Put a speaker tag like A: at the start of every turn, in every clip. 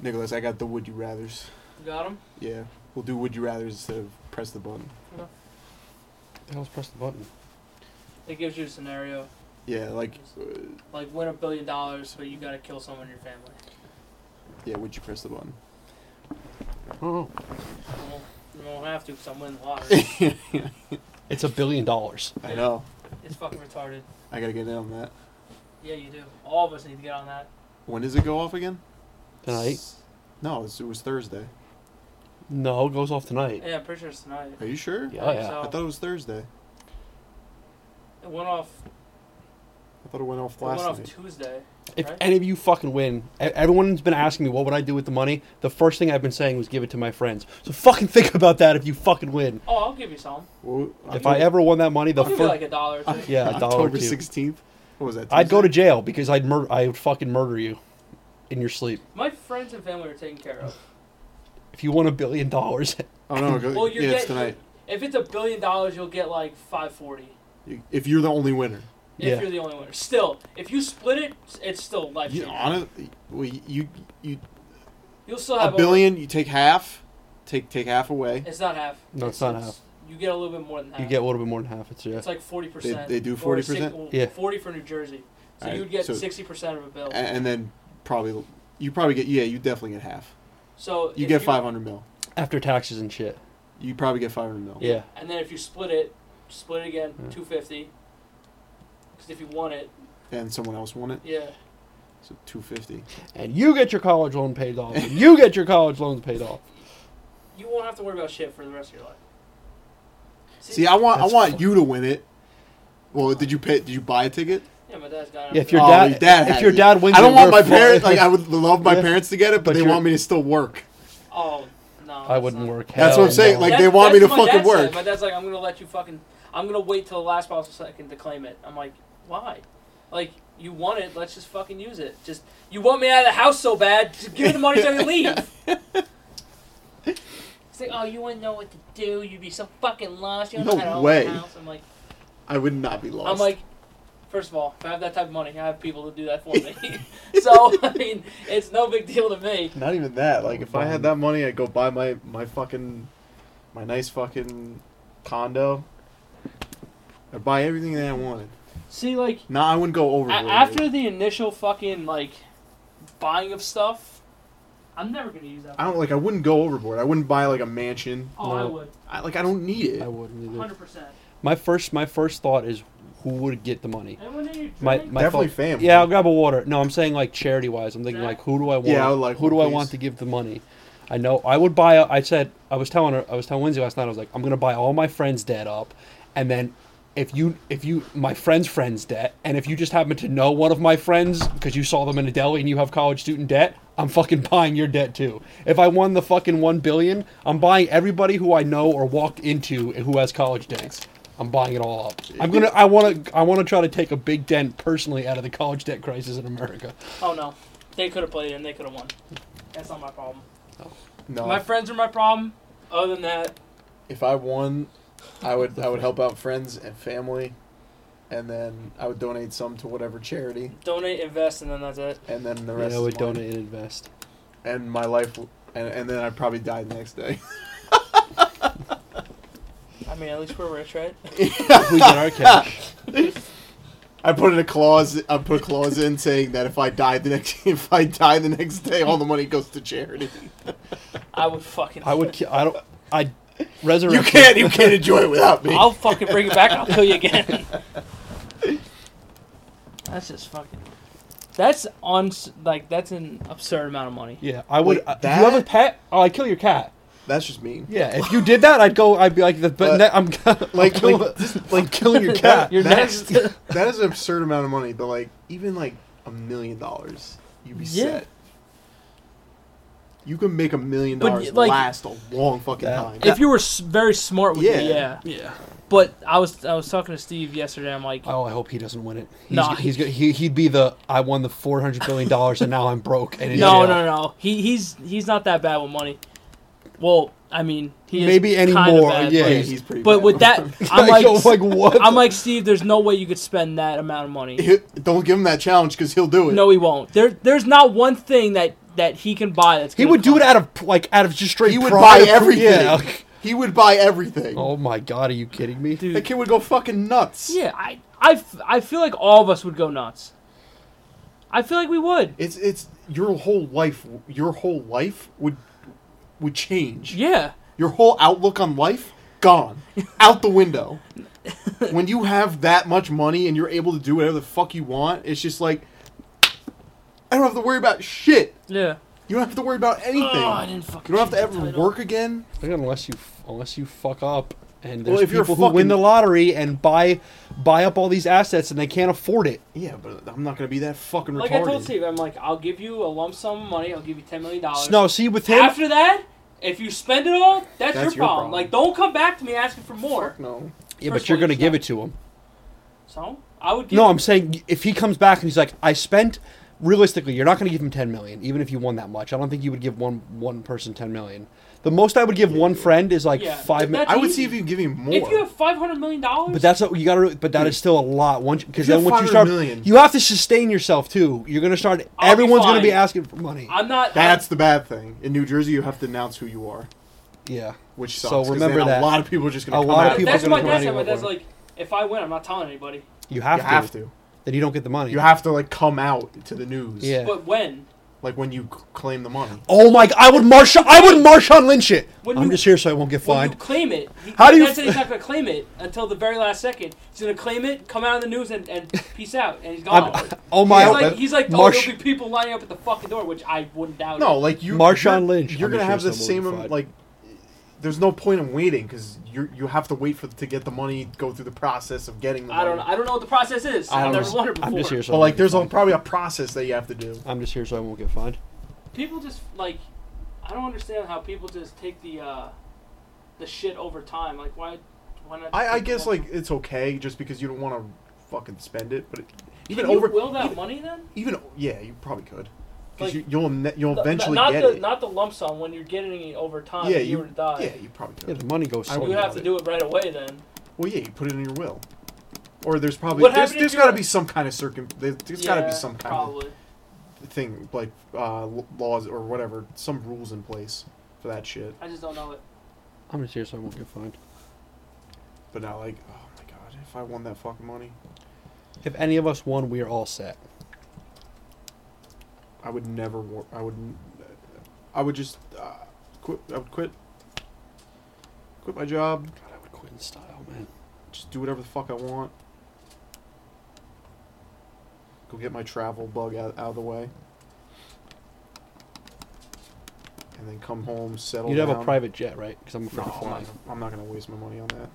A: Nicholas, I got the would you rather's.
B: Got him?
A: Yeah, we'll do would you rather's instead of press the button.
C: The hell's press the button?
B: It gives you a scenario.
A: Yeah, like, uh,
B: Like win a billion dollars, but you gotta kill someone in your family.
A: yeah, would you press the button?
C: Oh,
B: You won't, you won't have to because I'm winning the lottery.
C: it's a billion dollars.
A: I know.
B: it's fucking retarded.
A: I gotta get in on that.
B: Yeah, you do. All of us need to get on that.
A: When does it go off again?
C: Tonight?
A: No, it was, it was Thursday.
C: No, it goes off tonight.
B: Yeah, I'm pretty sure it's tonight.
A: Are you sure?
C: Yeah, oh, yeah.
A: I thought it was Thursday.
B: It went off.
A: I thought it went off
B: It went
A: last
B: off
A: night.
B: Tuesday.
C: If
B: Right?
C: any of you fucking win, e- everyone's been asking me what would I do with the money. The first thing I've been saying was give it to my friends. So fucking think about that if you fucking win.
B: Oh, I'll give you some.
A: Well,
C: if I ever won that money, the
B: I'll give you
C: first
B: like a dollar. Or two.
C: yeah, a dollar or
A: October
C: two.
A: sixteenth. What was that?
C: I'd go to
A: Tuesday?
C: jail because I'd murder. I would fucking murder you in your sleep.
B: My friends and family are taken care of.
C: If you won a billion dollars,
A: Oh no, go,
B: Well, you're
A: yeah, it's
B: getting-
A: tonight.
B: If it's a billion dollars, you'll get like five forty.
A: You- If you're the only winner,
B: If
C: Yeah.
B: you're the only winner, still, if you split it, it's still life.
A: you,
B: changing.
A: honestly, well, you you
B: You'll still
A: a
B: have over-
A: billion. You take half. Take take half away.
B: It's not half.
C: No, it's not
B: You get a little bit more than half.
C: you get a little bit more than half. It's yeah.
B: It's like forty percent.
A: They- they do 40%?
C: Yeah.
B: Forty for New Jersey, so
A: Alright,
B: you'd get
A: so-
B: sixty percent of a bill.
A: A- and then probably you probably get yeah you definitely get half.
B: so
A: You
B: if
A: get five hundred mil.
C: After taxes and shit.
A: You probably get five hundred mil.
C: Yeah.
B: And then if you split it, split it again,
C: Yeah.
B: two fifty. Because if you want it,
A: And someone else won it,
B: yeah,
A: so two fifty.
C: And you get your college loan paid off. And you get your college loans paid off.
B: you won't have to worry about shit for the rest of your life.
A: See, I want I
C: That's
A: want
C: fu-
A: you to win it. Well, did you pay? Did you buy a ticket?
B: yeah, my dad's got it.
C: Yeah, if your
A: Oh,
C: dad-
A: your dad
C: if
A: had
C: your
A: it.
C: dad wins
A: I don't
C: it,
A: want
C: we're
A: my
C: fine.
A: parents. Like I would love my
C: Yeah.
A: parents to get it, but,
C: But
A: they
C: you're-
A: want me to still work.
B: Oh no,
C: I wouldn't work.
A: That's
C: Hell
A: what I'm saying,
C: no.
A: like- they want me
B: that's
A: to
B: what my
A: fucking
B: dad said.
A: work.
B: My dad's like, I'm gonna let you fucking. I'm gonna wait till the last possible second to claim it. I'm like, why? Like you want it, let's just fucking use it. Just you want me out of the house so bad, just give me the money till you leave. It's like, oh, you wouldn't know what to do. You'd be so fucking lost. You don't
A: No
B: know how to own
A: way.
B: a house. I'm like,
A: I would not be lost.
B: I'm like, first of all, if I have that type of money, I have people to do that for me. so I mean, it's no big deal to me.
A: Not even that. Like,
C: would
A: if I had
C: buy-
A: that money, I'd go buy my my fucking my nice fucking condo. I'd buy everything that I wanted.
B: See, like.
A: No, I wouldn't go over.
B: A- after the initial fucking like buying of stuff, I'm never gonna use that.
A: I don't like. I wouldn't go overboard. I wouldn't buy like a mansion.
B: oh, I
C: No.
B: would,
A: I like. I don't need it.
C: I wouldn't either.
B: hundred percent.
C: My first my first thought is who would get the money?
B: Anyone need a drink?
C: My, my
A: Definitely
C: thought-
A: family.
C: Yeah, I'll grab a water. No, I'm saying like charity wise. I'm thinking
B: Zach?
C: like who do I want?
A: Yeah, I would like
C: who do
A: one,
C: I want
A: please.
C: to give the money? I know I would buy. A, I said I was telling her I was telling Lindsay last night. I was like I'm gonna buy all my friends' debt up, and then if you if you my friend's friend's debt, and if you just happen to know one of my friends because you saw them in a deli and you have college student debt, I'm fucking buying your debt too. If I won the fucking one billion, I'm buying everybody who I know or walked into who has college debts. I'm buying it all up. I'm gonna. I want to. I want to try to take a big dent personally out of the college debt crisis in America.
B: Oh no, they could have played and they could have won. That's not my problem.
A: No.
B: My friends are my problem. Other than that,
A: if I won, I would I would help out friends and family, and then I would donate some to whatever charity,
B: donate, invest, and then that's it.
A: and then the
C: Yeah,
A: rest.
C: I
A: is
C: would
A: mine.
C: donate and invest.
A: And my life, w- and and then I probably died the next day.
B: I mean, at least we're rich, right?
C: If we get our cash.
A: I put in a clause. I put a clause in saying that if I die the next, if I die the next day, all the money goes to charity.
B: I would fucking.
C: I would. ki- I don't. I resurrect.
A: You can't. e-, You can't enjoy it without me.
B: I'll fucking bring it back. and I'll kill you again. that's just fucking. That's on like that's an absurd amount of money.
C: Yeah, I would.
A: Wait,
C: uh, if you have a
A: that-
C: pet, oh, I'd kill your cat.
A: That's just mean.
C: Yeah, if you did that, I'd go. I'd be like, the,
A: But-
C: but ne- I'm
A: Like,
C: I'm
A: like, just, like killing your cat.
B: You're
A: That
B: next.
A: is- that is an absurd amount of money, but like even like a million dollars, you'd be
B: Yeah.
A: set. You can make a million
B: But,
A: dollars
B: like-
A: last a long fucking
C: That-
A: time.
B: If you were s- very smart with
A: Yeah.
B: me, yeah.
C: yeah.
B: But I was I was talking to Steve yesterday. I'm like,
C: Oh, I hope he doesn't win it. He's,
B: Nah.
C: he's go- he, he'd be the I won the four hundred billion dollars and now I'm broke and in
B: no,
C: jail."
B: no, no. He he's he's not that bad with money. Well, I mean, he is
C: Maybe any
B: kinda
C: more,
B: bad,
C: yeah.
B: but-
A: yeah,
C: he's-
A: he's pretty.
B: But
A: bad.
B: with that, I'm like,
C: Yo, like what?
B: I'm like Steve. There's no way you could spend that amount of money.
A: He- don't give him that challenge because he'll do it.
B: No, he won't. There, there's not one thing that that he can buy that's.
C: he
B: gonna
C: would do it
B: cost-
C: out of like out of just straight.
A: he would
C: pride.
A: buy everything.
C: Yeah.
A: He would buy everything.
C: Oh my god, are you kidding me?
B: Dude.
A: That kid would go fucking nuts.
B: Yeah, I, I, f- I feel like all of us would go nuts. I feel like we would.
A: It's it's your whole life. Your whole life would would change.
B: Yeah.
A: Your whole outlook on life gone out the window. when you have that much money and you're able to do whatever the fuck you want, it's just like I don't have to worry about shit.
B: Yeah.
A: You don't have to worry about anything.
B: Oh, I didn't fucking
A: you don't have to
B: change the
A: ever
B: title.
A: work again.
C: I think unless you unless you fuck up and there's
A: Well, if you're
C: people who win
A: fucking-
C: the lottery and buy buy up all these assets and they can't afford it.
A: Yeah, but I'm not gonna be that fucking
B: Like
A: retarded.
B: I told Steve, I'm like, I'll give you a lump sum of money. I'll give you ten million dollars.
C: No, see with him,
B: Uh, After that, if you spend it all, that's, your,
A: That's your
B: problem.
A: problem.
B: Like, don't come back to me asking for more.
A: Fuck no.
C: yeah,
B: first
C: but
B: of
C: you're
B: all,
C: gonna
B: he's
C: give
B: not-
C: it to him.
B: So I would. Give
C: No, I'm saying if he comes back and he's like, I spent. Realistically, you're not going to give him 10 million, even if you won that much. I don't think you would give one one person 10 million. The most I would give one friend is like
B: Yeah,
C: five
B: but
C: million.
A: I would
B: easy.
A: see if you can give me more.
B: If you have five hundred million dollars,
C: But that's what you gotta. But that is still a lot. Once because
A: If you
C: then
A: have
C: once you
A: 500
C: start,
A: million.
C: you have to sustain yourself too. You're gonna start.
B: I'll be
C: everyone's gonna be
B: fine.
C: asking for money.
B: I'm not.
A: That's the bad thing. In New Jersey, you have to announce who you are,
C: yeah.
A: which
C: So
A: sucks. 'cause
C: remember
A: then
C: that.
A: a lot of people are just gonna
C: A
A: come
C: lot
B: I'm,
C: of
A: out.
C: people are
B: that's
C: gonna
B: my
C: come
B: dad's
C: out
B: side. My
C: of
B: dad's
C: nowhere.
B: like, if I win, I'm not telling anybody.
C: You have
A: You
C: to.
A: have to.
C: Then you don't get the money.
A: You have to like come out to the news.
C: Yeah.
B: But when?
A: Like when you c- claim the money.
C: Oh my! g- I would Marshawn. I would Marshawn Lynch it.
B: When
C: I'm
B: you-
C: just here so I won't get
B: When you
C: fined.
B: claim it, he,
C: How do you
B: Dad said
C: f-
B: he's not gonna claim it until the very last second. He's gonna claim it, come out in the news, and, and peace out, and he's gone.
C: I'm- oh my!
B: he's like, he's like, oh,
C: Marsh-
B: there'll be people lining up at the fucking door, which I wouldn't doubt.
A: No,
B: it.
A: like you,
C: Marshawn
A: you're,
C: Lynch.
A: You're
C: I'm
A: gonna
C: sure
A: have the
C: someone
A: same um,
C: will be fine.
A: like. There's no point in waiting because you you have to wait for to get the money, go through the process of getting the
B: I don't.
A: money.
B: I don't know what the process is.
A: I
B: I've
A: don't
B: never
A: know.
B: wondered before.
C: I'm just here so. I
A: But
C: won't
A: like,
C: get
A: there's a,
C: fined.
A: probably a process that you have to do.
C: I'm just here so I won't get fined.
B: People just like, I don't understand how people just take the, uh, the shit over time. Like why, why not?
A: I, I guess like it's okay just because you don't want to fucking spend it, but it, even
B: Can you
A: over
B: will that
A: even,
B: money then?
A: even yeah, you probably could
B: Like-
A: because you, you'll ne- you'll
B: The-
A: eventually
B: not
A: get
B: the
A: it.
B: not the lump sum when you're getting it over time.
A: yeah,
B: if you, were to die.
A: yeah, you probably could.
C: Yeah, the money goes.
A: I
C: somewhere.
B: you
A: would
B: have to
A: it.
B: do it right away then.
A: Well, yeah, you put it in your will, or there's probably
B: What
A: there's,
B: happened
A: there's
B: if you
A: got to
B: were-
A: be some kind of circum there's, there's got to be some kind
B: probably.
A: of thing like uh, l- laws or whatever, some rules in place for that shit.
B: I just don't know it.
C: I'm just here so I won't get fined.
A: But now, like, oh my god, if I won that fucking money,
C: If any of us won, we are all set.
A: I would never. War- I would. n- I would just uh, quit. I would quit. Quit my job.
C: God, I would quit in style, man.
A: Just do whatever the fuck I want. Go get my travel bug out, out of the way. And then come home, settle
C: You'd have a
A: down.
C: private jet, right? Because I'm afraid
A: No,
C: of
A: I'm
C: flying.
A: not, I'm not gonna waste my money on that.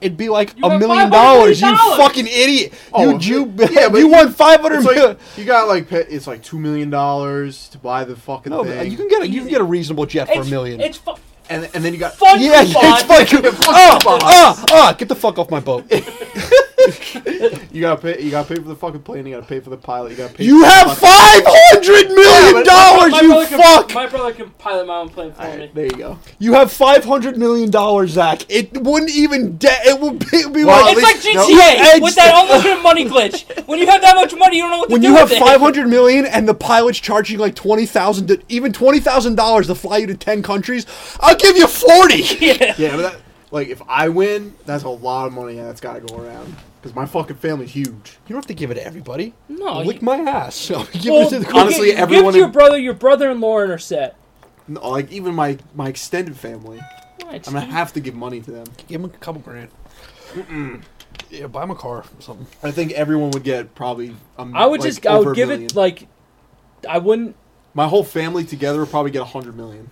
C: It'd be like
B: You
C: a
B: have
C: million
B: $500
C: dollars, you
B: million.
C: fucking idiot.
A: Oh,
C: you you,
A: yeah, but
C: you won five hundred
A: It's
C: million.
A: like, you got like pa- it's like two million dollars to buy the fucking
C: No, but uh,
A: thing.
C: you can get a you can get a reasonable jet for a
B: It's-
C: million.
B: It's fu-
A: and and then you got
B: fun.
C: yeah, yeah, it's
B: fun.
C: fucking
A: Fuck
C: ah
A: the box.
C: ah ah. Get the fuck off my boat.
A: you gotta pay you gotta pay for the fucking plane. You gotta pay for the pilot. You gotta pay.
C: You
A: for the
C: have
A: fucking-
C: five hundred million
A: Yeah, but
C: dollars. You
B: brother
C: fuck.
B: Can, my brother can pilot my own plane for
A: All
B: me.
A: right, there you go.
C: You have five hundred million dollars, Zach. It wouldn't even. De- it would be, it'd be
A: Well,
C: like
A: at
B: It's like
A: least- no,
B: GTA
C: it's-
B: with that unlimited money glitch. When you have that much money, you don't know what to
C: when
B: do
C: you have
B: with
C: five hundred million and the pilot's charging like twenty thousand, even twenty thousand dollars to fly you to ten countries. I'll give you forty.
B: it. Yeah.
A: Yeah, but that, like if I win, that's a lot of money that's gotta go around because my fucking family's huge.
C: You don't have to give it to everybody.
B: No,
C: lick
B: you-
C: my ass. I'll be giving
B: Well,
C: it to the
B: you
A: honestly,
B: give- you
A: everyone
B: give to your
A: in-
B: brother, your brother and Lauren are set.
A: No, like even my my extended family, I'm gonna have to give money to them.
C: Give him a couple grand. Yeah, buy him a car or something.
A: I think everyone would get probably. A, m-
B: I would
A: like,
B: just, I
A: over
B: would
A: a
B: give
A: million.
B: it like, I wouldn't,
A: my whole family together would probably get a hundred million.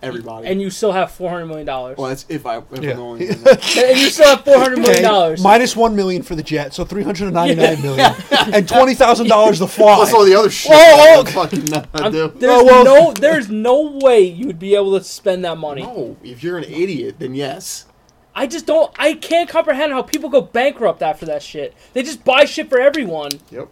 A: Everybody.
B: and you still have four hundred million dollars,
A: well, that's if I if I'm
C: Yeah.
A: the only one. that-
B: and you still have four hundred million dollars.
C: minus one million for the jet, so three hundred and ninety-nine million, and twenty thousand dollars to fly.
A: Plus all the other shit.
C: Oh,
A: that I
C: oh.
A: don't fucking know how to
B: I'm-
A: do.
B: there's
C: Oh, well.
B: no, there's no way you would be able to spend that money.
A: No, if you're an idiot, then yes.
B: I just don't. I can't comprehend how people go bankrupt after that shit. They just buy shit for everyone.
A: Yep.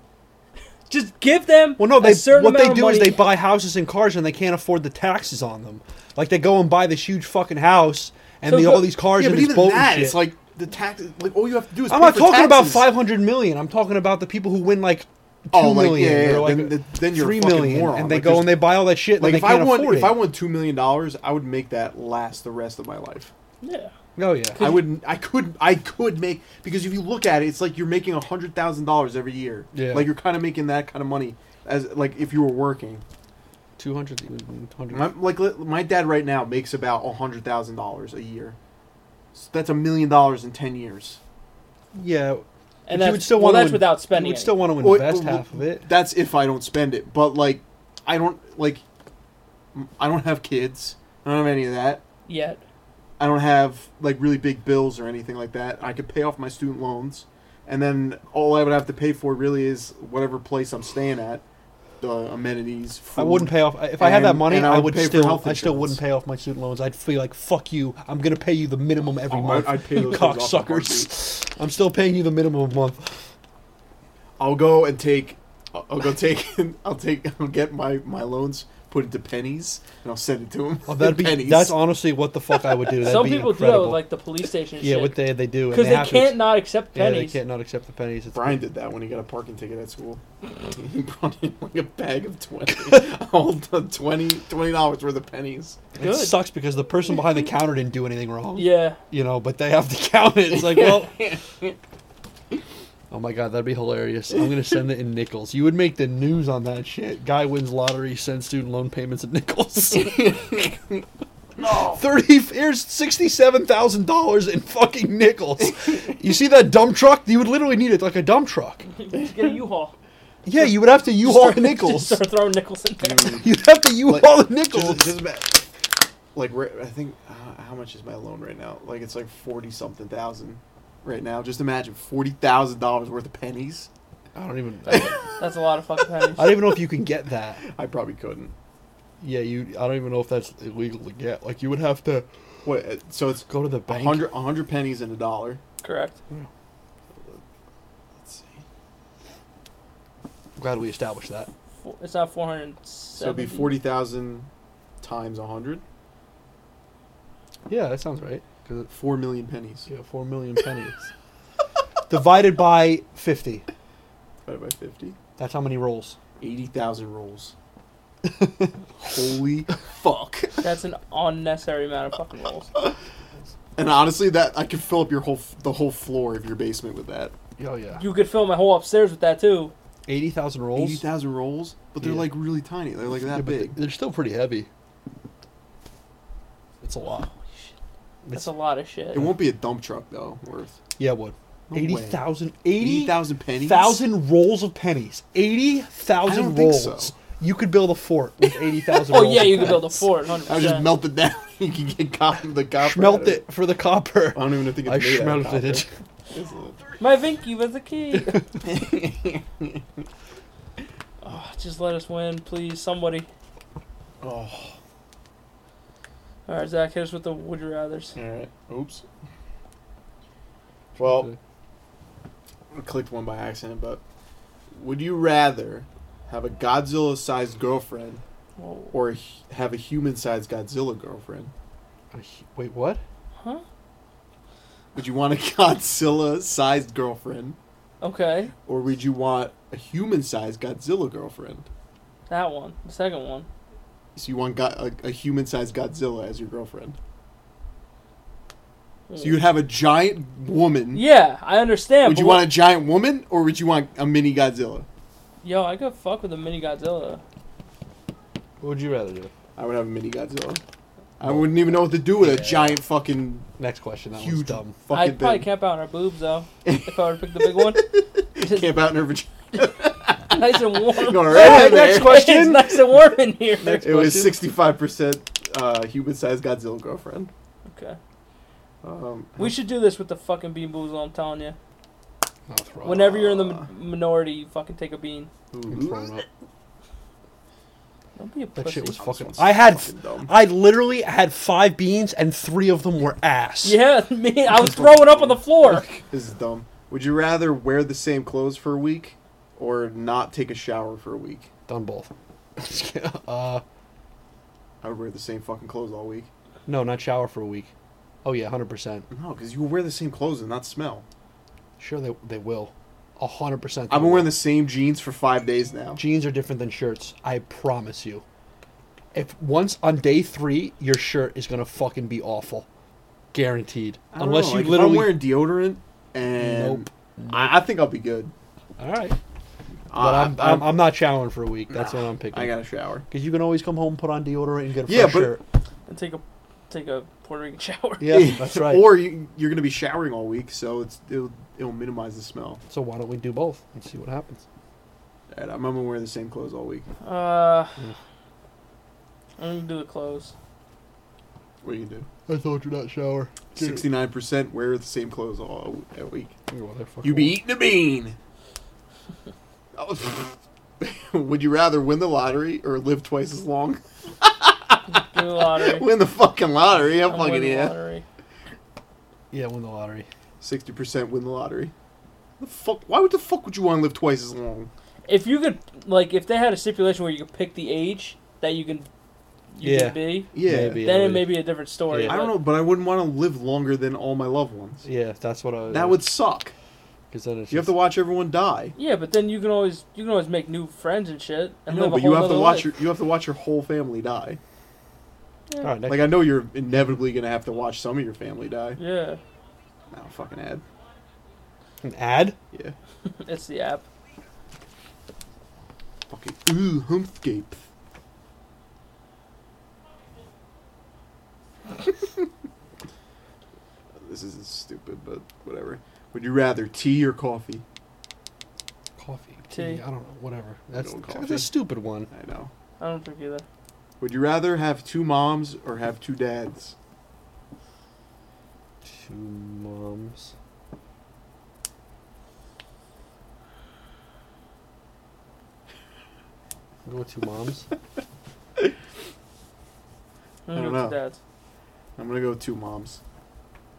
B: Just give them.
C: Well, no, they
B: a certain
C: what they
B: amount of
C: do is
B: money.
C: they buy houses and cars and they can't afford the taxes on them. Like they go and buy this huge fucking house and
B: So
C: the,
B: go-
C: all these cars
A: yeah, but
C: and this
A: even
C: boat and
A: that,
C: shit.
A: it's like the tax. Like all you have to do is.
C: I'm
A: pay
C: not
A: for
C: talking about
A: taxes.
C: 500 million. I'm talking about the people who win like two
A: Oh,
C: million
A: like, yeah, yeah,
C: or like
A: then- then you're a
C: 3
A: fucking
C: million,
A: moron.
C: and they
A: Like,
C: go
A: there's-
C: and they buy all that shit.
A: Like
C: and
A: if
C: they
A: I
C: can't
A: won,
C: afford
A: if
C: it.
A: I won two million dollars, I would make that last the rest of my life.
B: Yeah.
C: oh yeah,
A: I would. I could. I could make because if you look at it, it's like you're making a hundred thousand dollars every year.
C: Yeah.
A: Like you're kind of making that kind of money as like if you were working.
C: 200,
A: My,
C: 200.
A: like li- my dad right now makes about a hundred thousand dollars a year. So that's a million dollars in ten years.
C: Yeah,
B: And
C: But you
B: that's,
C: would still
B: well,
C: wanna
B: that's
C: win-
B: without
C: you
B: spending.
C: would still
B: any.
C: want to
A: Well,
C: invest
A: well,
C: half of it.
A: That's if I don't spend it. But like, I don't like. m- I don't have kids. I don't have any of that.
B: yet.
A: I don't have like really big bills or anything like that. I could pay off my student loans, and then all I would have to pay for really is whatever place I'm staying at, the amenities. Food.
C: I wouldn't pay off if I had that
A: and-
C: money.
A: and I
C: I
A: would
C: would
A: pay for
C: still,
A: health
C: I still wouldn't
A: insurance.
C: pay off my student loans. I'd feel like fuck you. I'm gonna pay you the minimum every
A: Oh, I-
C: month.
A: I'd pay
C: you
A: those things off in a
C: cocksuckers. I'm still paying you the minimum a month.
A: I'll go and take. I'll I'll go take. I'll take. I'll get my my loans put into pennies, and I'll send it to him.
C: Oh, that'd be
A: pennies.
C: that's honestly what the fuck I would do. That'd
B: Some
C: be
B: people
C: incredible.
B: do that with, like the police station. and
C: yeah,
B: shit.
C: what they they do and
B: because they,
C: have to-
B: can't not accept
C: Yeah,
B: pennies.
C: they can't not accept the pennies. It's
A: Brian did that when he got a parking ticket at school. he brought in like a bag of twenty, all the twenty twenty dollars worth of pennies.
C: It
B: Good.
C: sucks because the person behind the counter didn't do anything wrong.
B: Yeah.
C: You know, but they have to count it. It's like, well. Oh my god, that'd be hilarious. I'm gonna send it in nickels. You would make the news on that shit. Guy wins lottery, sends student loan payments in nickels.
B: No.
C: Thirty here's sixty-seven thousand dollars in fucking nickels. You see that dump truck? You would literally need it like a dump truck.
B: Get a U-Haul.
C: Yeah, you would have to U-Haul
B: Start-
C: nickels.
B: Start throwing nickels in there.
C: You'd have to U-Haul the nickels.
A: Just, just about, like re- I think uh, how much is my loan right now? Like it's like forty something thousand right now. Just imagine forty thousand dollars worth of pennies.
C: I don't even. I
B: That's a lot of fucking pennies.
C: don't even know if you can get that.
A: I probably couldn't.
C: Yeah, you. I don't even know if that's illegal to get. Like you would have to
A: What? uh, So it's
C: go to the
A: a
C: bank.
A: hundred a hundred pennies and a dollar.
B: Correct.
A: Let's see.
C: I'm glad we established that.
B: Four- It's not four hundred.
A: So it'd be forty thousand times a hundred.
C: Yeah, that sounds right. Because
A: Four million pennies.
C: yeah, four million pennies divided by fifty.
A: Divided by fifty.
C: That's how many rolls.
A: Eighty thousand rolls. Holy fuck!
B: That's an unnecessary amount of fucking rolls.
A: And honestly, that I could fill up your whole f- the whole floor of your basement with that.
C: Oh yeah,
B: You could fill my whole upstairs with that too.
C: eighty thousand rolls.
A: Eighty thousand rolls, but they're
C: Yeah.
A: like really tiny. They're like
C: Yeah,
A: that
C: but th-
A: big.
C: They're still pretty heavy. It's a lot.
B: That's a lot of shit.
A: It won't be a dump truck though. Worth
C: Yeah, it would.
A: No
C: Eighty
A: way.
C: thousand.
A: eighty
C: Eighty
A: thousand pennies.
C: thousand rolls of pennies. Eighty
A: I don't
C: thousand
A: think
C: rolls.
A: so.
C: You could build a fort with eighty thousand.
B: Oh
C: rolls
B: yeah,
C: of
B: you could build a
C: pennies.
B: fort. 100%.
A: I would just melt it down. you can get copper, the copper. out
C: Smelt
A: of
C: it for the copper.
A: I don't even think it's
C: I
A: made out of
C: smelted it.
A: copper. Is it?
B: My Vinky was the key. oh, just let us win, please, somebody.
A: Oh,
B: All right, Zach, hit us with the would you rather's.
A: all right. Oops. Well, I clicked one by accident, but would you rather have a Godzilla-sized girlfriend
B: Whoa.
A: or a hu- have a human-sized Godzilla girlfriend?
C: Wait, what?
B: Huh?
A: Would you want a Godzilla-sized girlfriend
B: Okay,
A: or would you want a human-sized Godzilla girlfriend?
B: that one, the second one.
A: So you want go- a, a human-sized Godzilla as your girlfriend. So you'd have a giant woman.
B: Hmm. Yeah, I understand.
A: would
B: but
A: you
B: what-
A: want a giant woman or would you want a mini Godzilla?
B: Yo, I could fuck with a mini Godzilla.
C: What would you rather do?
A: I would have a mini Godzilla. I wouldn't even know what to do with a
C: Yeah.
A: giant fucking
C: Next question. That
A: huge
C: one's dumb.
A: fucking
B: I'd probably
A: thing.
B: camp out on her boobs though, if I were to pick the big one. Just
A: camp out in her vagina.
B: nice and warm.
A: Going right in
C: next
A: there.
C: question.
B: it's nice and warm in here.
A: It was
C: question.
A: sixty-five percent uh, human-sized Godzilla girlfriend.
B: Okay,
A: Um,
B: we should do this with the fucking bean boozle. I'm telling you.
C: I'll throw it
B: Whenever you're in the mi- minority, you fucking take a bean.
C: up. I'm throwing it up.
B: Don't be a pussy.
C: That shit was
A: This
C: fucking.
A: one's
C: I had,
A: fucking dumb.
C: I literally had five beans and three of them were ass.
B: Yeah, me. I was throwing up on the floor.
A: This is dumb. Would you rather wear the same clothes for a week or not take a shower for a week.
C: Done both. uh,
A: I would wear the same fucking clothes all week.
C: no, not shower for a week. Oh yeah, hundred percent.
A: No, because you wear the same clothes and not smell.
C: Sure, they they will. hundred percent.
A: I've been wearing the same jeans for five days now.
C: jeans are different than shirts. I promise you. If once on day three, your shirt is gonna fucking be awful, guaranteed.
A: I don't
C: Unless
A: know,
C: you
A: like, if
C: literally.
A: I'm wearing deodorant, and
C: Nope.
A: I, I think I'll be good.
C: All right, but
A: I,
C: I'm, I'm, I'm not showering for a week. That's
A: Uh, Nah,
C: what I'm picking.
A: I got a shower.
C: Because you can always come home, put on deodorant, and get a fresh
A: Yeah, but-
C: shirt.
B: And take a take a Puerto Rican shower.
C: Yeah, that's right.
A: or you, you're going to be showering all week, so it's it'll, it'll minimize the smell.
C: so why don't we do both and see what happens?
A: And I'm gonna wear the same clothes all week.
B: Uh,
C: Yeah.
A: Mm.
B: I'm gonna do the clothes.
A: What do you do?
C: I told you not shower.
A: Sixty nine percent wear the same clothes all a week. You
C: You
A: be eating a bean. Oh, Would you rather win the lottery or live twice as long?
B: Do the lottery.
A: win the fucking lottery. I'm
B: I'm
A: fucking
B: winning the
A: yeah.
B: lottery.
C: Yeah, win the lottery.
A: Sixty percent win the lottery. The fuck? Why would the fuck would you want to live twice as long?
B: If you could, like, if they had a stipulation where you could pick the age that you can, you
C: Yeah.
B: can be,
A: Yeah.
C: Maybe.
B: then
C: Yeah,
B: it may be a different story.
C: Yeah.
A: I don't know, but I wouldn't want to live longer than all my loved ones.
C: Yeah, if that's what I.
A: That would suck.
C: Because then it's
A: You have to watch everyone die.
B: Yeah, but then you can always you can always make new friends and shit. And
A: No,
B: live a
A: but you
B: whole
A: have to
B: nother
A: watch
B: life.
A: your you have to watch your whole family die.
C: All right, next.
A: Like I know you're inevitably gonna have to watch some of your family die.
B: Yeah,
A: No fucking ad.
C: an ad.
A: Yeah.
B: it's the app.
A: Fucking ooh, humpscape. this is stupid, but whatever. Would you rather tea or coffee?
C: Coffee.
B: Tea.
C: Tea. I don't know. Whatever. That's,
A: Going
C: that's
A: coffee.
C: a stupid one.
A: I know.
B: I don't think either.
A: Would you rather have two moms or have two dads?
C: Two moms. Go with two moms.
B: I'm
A: I
B: gonna
A: don't
B: go
A: know.
B: with dads.
A: I'm gonna go with two moms.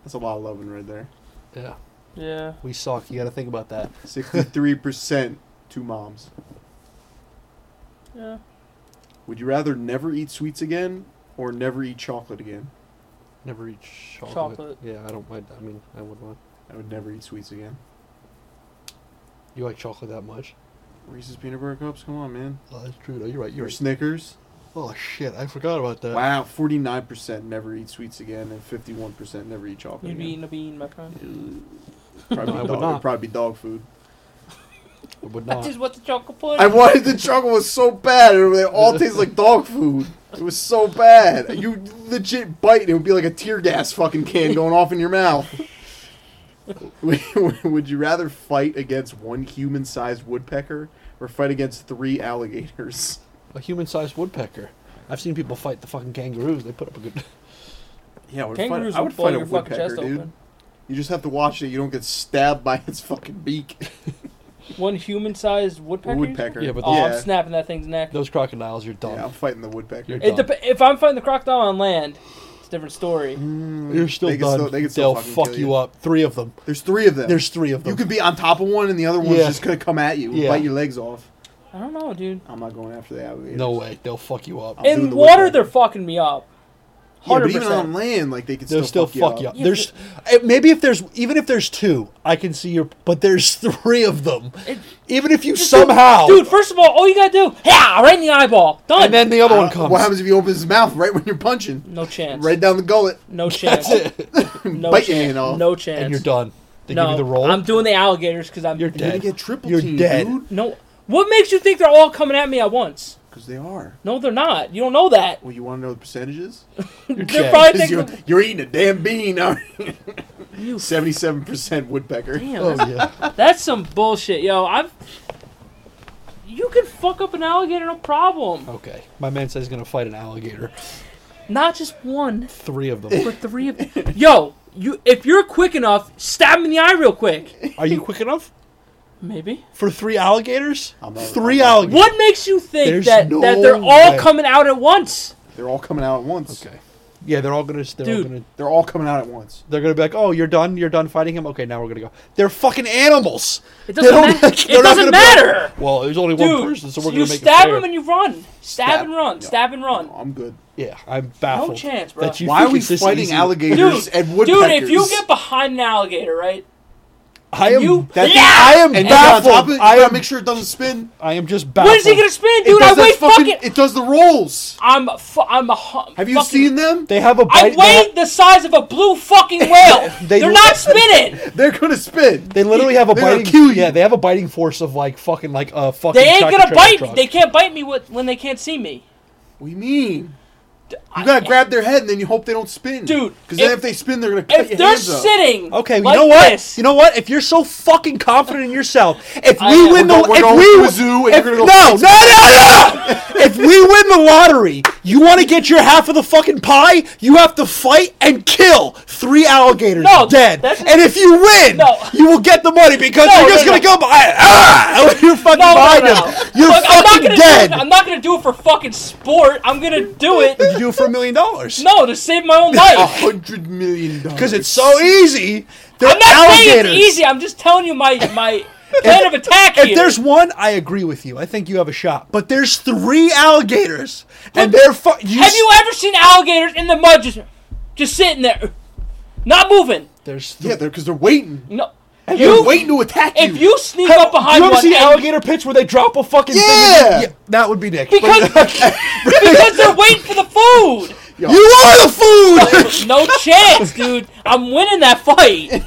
A: That's a lot of loving right there.
C: yeah,
B: Yeah.
C: we suck. You got to think about that.
A: Sixty-three percent two moms.
B: Yeah.
A: Would you rather never eat sweets again or never eat chocolate again?
C: Never eat chocolate.
B: Chocolate.
C: Yeah, I don't mind. I mean, I would want.
A: I would never eat sweets again.
C: You like chocolate that much?
A: Reese's peanut butter cups. Come on, man.
C: Oh, that's true. Though. You're right.
A: Your
C: You're.
A: Snickers.
C: Oh shit! I forgot about that.
A: Wow, forty-nine percent never eat sweets again, and fifty-one percent never eat chocolate.
B: You'd be
A: again.
B: eating a bean, my friend.
A: It'd probably,
C: No, I
A: be
C: would
A: dog,
C: not.
A: it'd probably be dog food.
C: I would
B: That
C: not.
B: is what the chocolate pudding.
A: I wanted the chocolate was so bad, and they all taste like dog food. It was so bad. You legit bite, and it would be like a tear gas fucking can going off in your mouth. Would you rather fight against one human-sized woodpecker or fight against three alligators?
C: A human-sized woodpecker. I've seen people fight the fucking kangaroos. They put up a good.
A: Yeah, I would
B: Kangaroos
A: fight, I
B: will
A: would
B: blow
A: fight a
B: your fucking
A: woodpecker,
B: chest
A: dude.
B: open.
A: You just have to watch it. You don't get stabbed by its fucking beak.
B: One human-sized woodpecker. you said?
A: woodpecker.
C: Yeah, but
B: Oh,
A: yeah.
B: I'm snapping that thing's neck.
C: Those crocodiles, you're
A: Yeah, I'm
C: dumb.
A: fighting the woodpecker.
C: You're
B: It
C: done.
B: dep- if I'm fighting the crocodile on land, it's a different story.
A: Mm,
C: You're still
A: they can
C: done.
A: Still, they can still
C: They'll
A: fucking
C: fuck
A: kill
C: you up. Three of them.
A: There's three of them.
C: There's three of them.
A: You could be on top of one, and the other one's
C: Yeah.
A: just gonna come at you, and
C: Yeah.
A: bite your legs off.
B: I don't know, dude.
A: I'm not going after the alligators.
C: no way. They'll fuck you up.
A: I'm doing
B: In
A: the
B: water,
A: woodpecker.
B: they're fucking me up.
A: Yeah,
B: Hundred
A: but even on
B: percent.
A: land, like they could
C: They'll
A: still,
C: still, fuck you up.
B: Yeah,
C: There's eh, maybe if there's even if there's two, I can see your. But there's three of them.
B: It-
C: Even if you somehow,
B: Dude, first of all, all you gotta do, yeah, right in the eyeball. Done.
C: and then the other one
A: Uh,
C: comes.
A: What happens if you open his mouth right when you're punching?
B: no chance.
A: Right down the gullet.
B: No chance. No
A: Bite your
B: chance.
A: hand off.
B: No chance.
C: and you're done. They
B: no,
C: give you the roll.
B: I'm doing the alligators because I'm
C: You're
A: You're gonna
C: Dead.
A: get triple
C: You're
A: teamed,
C: dead.
A: dude.
B: No. What makes you think they're all coming at me at once?
A: Because they are.
B: No, they're not. You don't know that.
A: Well, you want to know the percentages?
C: You're
B: They're
C: dead.
B: probably
A: 'Cause you're,
B: thinking.
A: you're eating a damn bean. aren't you?
B: You
A: 77% woodpecker.
B: damn.
C: Oh
B: that's-
C: yeah.
B: That's some bullshit, yo. I've. You can fuck up an alligator, no problem.
C: Okay. My man says he's gonna fight an alligator.
B: Not just one,
C: Three of them.
B: but three of. Yo, you if you're quick enough, stab him in the eye real quick.
C: Are you quick enough
B: Maybe.
C: for three alligators?
A: I'm not-
C: three
A: I'm not
C: alligators.
B: What makes you think
C: There's
B: that
C: no
B: that they're all
C: way.
B: coming out at once?
A: They're all coming out at once.
C: Okay. Yeah, they're all gonna. They're all
B: Dude.
C: gonna.
A: They're all coming out at once.
C: They're gonna be like, "Oh, you're done. You're done fighting him. Okay, now we're gonna go." They're fucking animals.
B: It doesn't
C: They don't-
B: matter.
C: they're
B: It
C: not
B: doesn't
C: gonna be like,
B: matter.
C: well, there's only one
B: Dude,
C: person, so we're
B: you
C: gonna make it
B: stab
C: fair.
B: him and you run. Stab,
C: Stab.
B: and run.
C: Yeah.
B: Stab and run.
A: I'm good.
C: yeah, I'm baffled.
B: No chance, bro.
C: That you
A: Why
C: think
A: are we
C: it's this
A: fighting
C: easy.
A: alligators and woodpeckers?
B: Dude, if you get behind an alligator, right?
C: I am.
B: you-
A: That
B: Yeah!
A: I am
C: And
A: baffled.
C: baffled.
A: I
C: I
A: gotta
C: am-
A: make sure it doesn't spin.
C: I am just baffled.
B: When is he gonna spin,
A: it
B: dude? I
A: does that
B: weigh
A: fucking,
B: fucking.
A: It does the rolls.
B: I'm. Fu- I'm a. hu-
A: Have you
B: fucking-
A: seen them?
C: They have a
B: I
C: bite. they
B: weigh
C: ha-
B: the size of a blue fucking whale.
C: They
B: they are
C: do-
B: not spinning.
A: They're gonna spin.
C: They literally have a
A: They're gonna
C: biting.
A: kill you.
C: Yeah, they have a biting force of like fucking like a fucking.
B: They ain't
C: tractor
B: gonna
C: trailer
B: bite me.
C: truck.
B: They can't bite me with, when they can't see me.
A: What do you mean? You gotta grab their head and then you hope they don't spin,
B: Dude,
A: Because then
B: if-
A: if they spin, they're gonna cut
B: If
A: your
B: they're
A: hands up.
B: sitting,
C: Okay,
B: like
C: you know what?
B: This,
C: You know what? If you're so fucking confident in yourself, if
B: I
C: we
B: am.
C: win
A: We're
C: the
A: go- we're
C: if
A: going
C: we
A: to a
C: win-
A: zoo and
C: if,
A: you're gonna go
C: no,
A: fight
C: no, no, no, no! if we win the lottery, you want to get your half of the fucking pie. You have to fight and kill three alligators
B: No,
C: dead.
B: that's-
C: And if you win,
B: No.
C: you will get the money because
B: No,
C: you're just
B: no,
C: gonna
B: no.
C: go by. Ah, you're fucking
B: no, no,
C: behind
B: no.
C: us. You're
B: Look, I'm not
C: fucking
B: gonna
C: dead.
B: Do it, I'm not gonna do it for fucking sport. I'm gonna do it.
C: you do it for a million dollars.
B: No, to save my own
A: A
C: Oh,
B: life.
A: hundred million dollars.
C: because it's so easy. They're
B: I'm not saying
C: alligators.
B: it's easy. I'm just telling you my my plan of attack here.
C: If there's one, I agree with you. I think you have a shot. But there's three alligators, and they're fu- you
B: Have you e-
C: s-
B: ever seen alligators in the mud just just sitting there, not moving?
C: There's th-
A: yeah, they're because they're waiting.
B: No.
A: They're
B: You-
A: waiting to attack you.
B: If you sneak
C: Have-
B: up behind
C: you ever
B: one,
C: seen
B: and-
C: alligator pitch where they drop a fucking thing in
A: Yeah!
C: the- that would be Nick.
B: because because they're waiting for the food.
A: Yo,
C: you are the food.
B: No chance, dude. I'm winning that fight.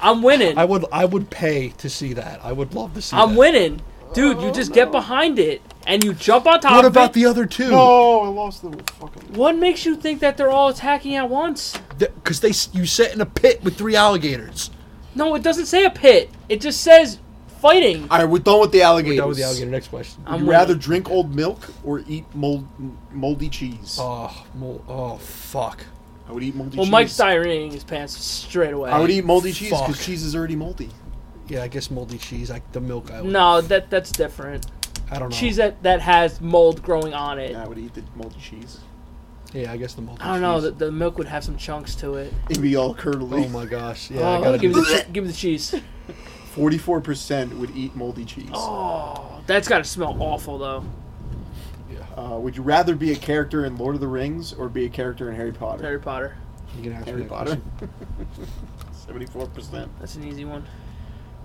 B: I'm winning.
C: I would I would pay to see that. I would love to see.
B: I'm
C: that.
B: winning, dude. You just get behind it and you jump on top.
C: What
B: of
C: about
B: it.
C: the other two?
A: no, Oh, I lost the fucking.
B: What makes you think that they're all attacking at once?
C: Because they s- you sit in a pit with three alligators.
B: No, it doesn't say a pit. It just says fighting.
A: All right, we're done with the alligators.
C: That was the alligator. Next question.
B: I'm
A: You
B: winning.
A: rather drink old milk or eat mold, moldy cheese?
C: oh, mo- oh, fuck.
A: I would eat moldy
B: Well,
A: cheese.
B: Mike's diarrheaing his pants straight away.
A: I would eat moldy cheese
C: Fuck.
A: because cheese is already moldy.
C: Yeah, I guess moldy cheese. Like the milk. I, would-
B: No, that that's different.
C: I don't know.
B: Cheese that that has mold growing on it.
A: Yeah, I would eat the moldy cheese.
C: Yeah, I guess the moldy.
B: I don't know.
C: cheese.
B: The, the milk would have some chunks to it.
A: It'd be all curdly.
C: Oh my gosh! Yeah,
B: Yeah,
C: I gotta
B: give,
C: do
B: me the,
C: that.
B: che- give me the cheese.
A: Forty-four percent would eat moldy cheese.
B: Oh, that's gotta smell awful though.
A: Uh, would you rather be a character in Lord of the Rings or be a character in Harry Potter?
B: Harry Potter.
C: You can ask me
A: Harry
C: that
A: Potter.
C: question.
A: Seventy-four percent.
B: That's an easy one.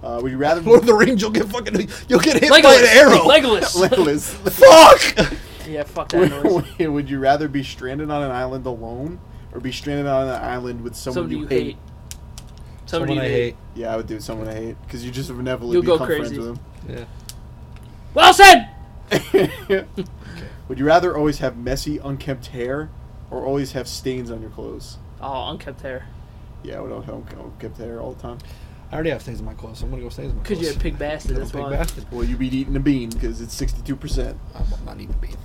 A: Uh, would you rather?
C: Lord of the Rings, you'll get fucking, you'll get hit by an
B: Legolas.
C: arrow.
B: Legolas.
A: Legolas.
C: Fuck!
B: yeah, fuck that noise.
A: would would you rather be stranded on an island alone or be stranded on an island with someone
B: Somebody
A: you hate?
B: Somebody you hate.
A: Yeah, I would do it someone I hate because you just inevitably
B: You'll go
A: become
B: crazy.
A: friends
C: Yeah.
B: Well said.
A: with them. would you rather always have messy, unkept hair or always have stains on your clothes?
B: Oh, unkept hair.
A: Yeah, I would have unkept hair all the time.
C: I already have stains in my clothes, so I'm gonna go stains in my
B: Cause
C: clothes.
B: you're a pig bastard.
C: I'm a
B: That's
C: pig
B: why.
C: bastard.
A: Well, you'd be eating a bean because it's sixty-two percent.
C: I'm not even being.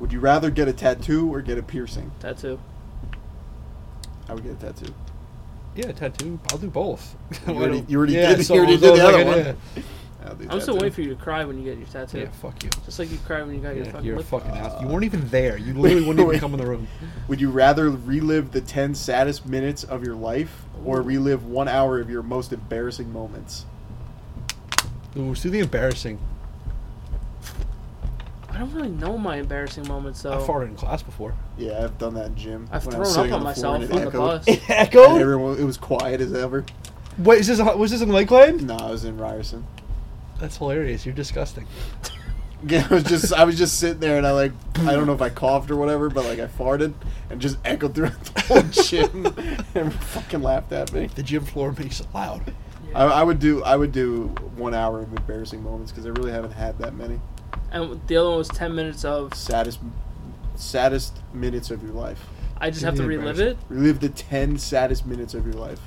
A: Would you rather get a tattoo or get a piercing?
B: Tattoo.
A: I would get a tattoo.
C: Yeah, tattoo. I'll do both.
A: You
C: Why
A: already-
C: don't-
A: you already
C: yeah,
A: did-
C: so
A: you already
C: it's
A: did the
C: always
A: other
C: like,
A: one.
C: yeah.
A: I'll do
B: I'm still
A: tattoo.
B: waiting for you to cry when you get your tattoo.
C: Yeah, fuck you.
B: Just like you cried when you got your
C: Yeah,
B: fucking
C: you're a
B: lip-
C: fucking ass. You weren't even there. You literally wouldn't even
A: Wait.
C: come in the room.
A: Would you rather relive the 10 saddest minutes of your life or relive one hour of your most embarrassing moments?
C: Ooh, let's do the embarrassing.
B: I don't really know my embarrassing moments
C: I
B: though.
C: farted in class before.
A: Yeah, I've done that in gym.
B: I've
A: When I was
B: thrown
A: sitting
B: up on
A: the floor
B: myself
A: and it
B: on the
A: echoed.
B: bus.
A: And
C: echoed.
A: everyone, it was quiet as ever.
C: Wait, is this a, was this in Lakeland?
A: No, I was in Ryerson.
C: That's hilarious. You're disgusting.
A: Yeah, I was just I was just sitting there and I like I don't know if I coughed or whatever, but like I farted and just echoed throughout the whole gym and fucking laughed at me.
C: The gym floor makes it loud.
A: I, I would do I would do one hour of embarrassing moments because I really haven't had that many
B: And the other one was ten minutes of.
A: saddest saddest minutes of your life.
B: I just
C: Give
B: have
C: me
B: to
C: the
B: relive it.
C: embarrassing-
A: Relive the 10 saddest minutes of your life.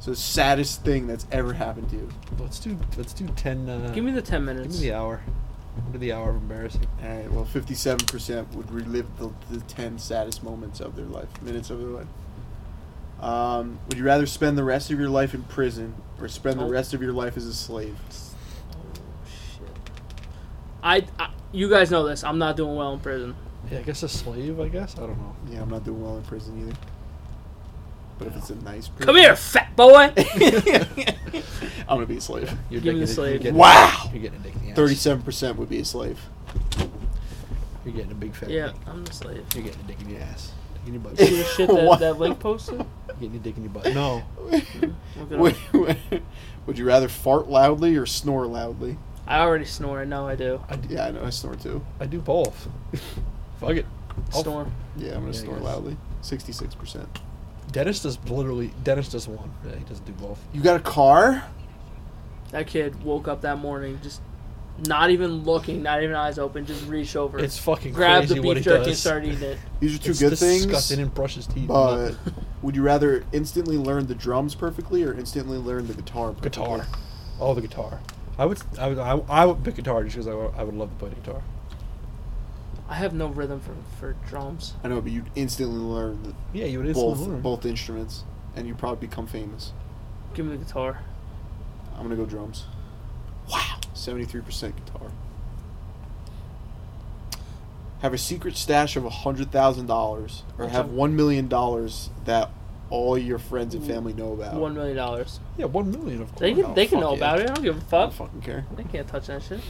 A: So, saddest thing that's ever happened to you.
C: Let's do let's do ten. Uh,
B: Give me the ten
C: give
B: minutes.
C: me the hour. Give me the hour of embarrassing.
A: Alright, well, 57% would relive the, the 10 saddest moments of their life, minutes of their life. Um, would you rather spend the rest of your life in prison or spend the
B: Oh.
A: rest of your life as a slave?
B: Shit. I, I, you guys know this. I'm not doing well in prison.
C: Yeah, I guess a slave. I guess I don't know.
A: Yeah, I'm not doing well in prison either. But if it's a nice prison,
B: Come here, fat boy.
A: I'm gonna be a slave.
C: You're
B: Give me the slave.
C: getting-
A: Wow!
C: You're getting a dick in the ass.
A: Thirty-seven percent would be a slave.
C: You're getting a big fat.
B: yeah,
C: dick.
B: I'm the slave.
C: You're getting a dick in your ass. Dick in your butt.
B: See the shit that,
A: What?
B: that link posted?
C: You're getting a dick in your butt. No.
B: Look it
A: would,
B: up.
A: would you rather fart loudly or snore loudly?
B: I already snore. I know I do.
C: I do,
A: Yeah, I know I snore too.
C: I do both. Fuck it. I'll-
B: Snore.
A: Yeah, I'm gonna
C: Yeah, I
A: snore
C: guess.
A: loudly. Sixty-six percent.
C: Dennis does literally. Dennis does one. Yeah, he doesn't do both.
A: You got a car?
B: That kid woke up that morning just not even looking, not even eyes open, just reached over,
C: It's fucking
B: grabbed
C: crazy
B: the
C: what
B: beef
C: he
B: jerky and
C: does.
B: started eating it.
A: These are two
C: it's
A: good
C: disgusting
A: things.
C: and brush his teeth.
A: But would you rather instantly learn the drums perfectly or instantly learn the guitar? Perfectly?
C: guitar. Oh, the guitar. I would. I would. I, I would pick guitar just because I, would- I would love to play the guitar.
B: I have no rhythm for, for drums.
A: I know, but you'd instantly learn the,
C: Yeah, you would instantly
A: both
C: learn.
A: both instruments, and you'd probably become famous.
B: Give me the guitar.
A: I'm gonna go drums. Wow, seventy-three percent guitar. Have a secret stash of hundred thousand dollars, or have
B: Okay.
A: one million dollars that all your friends and
B: Mm.
A: family know about.
B: One million dollars.
C: Yeah, one million of course.
B: They can
A: Oh. no,
B: they can
A: fuck
B: know
A: yeah.
B: about it. I don't give a
A: I don't
B: fuck.
A: fucking care.
B: They can't touch that shit.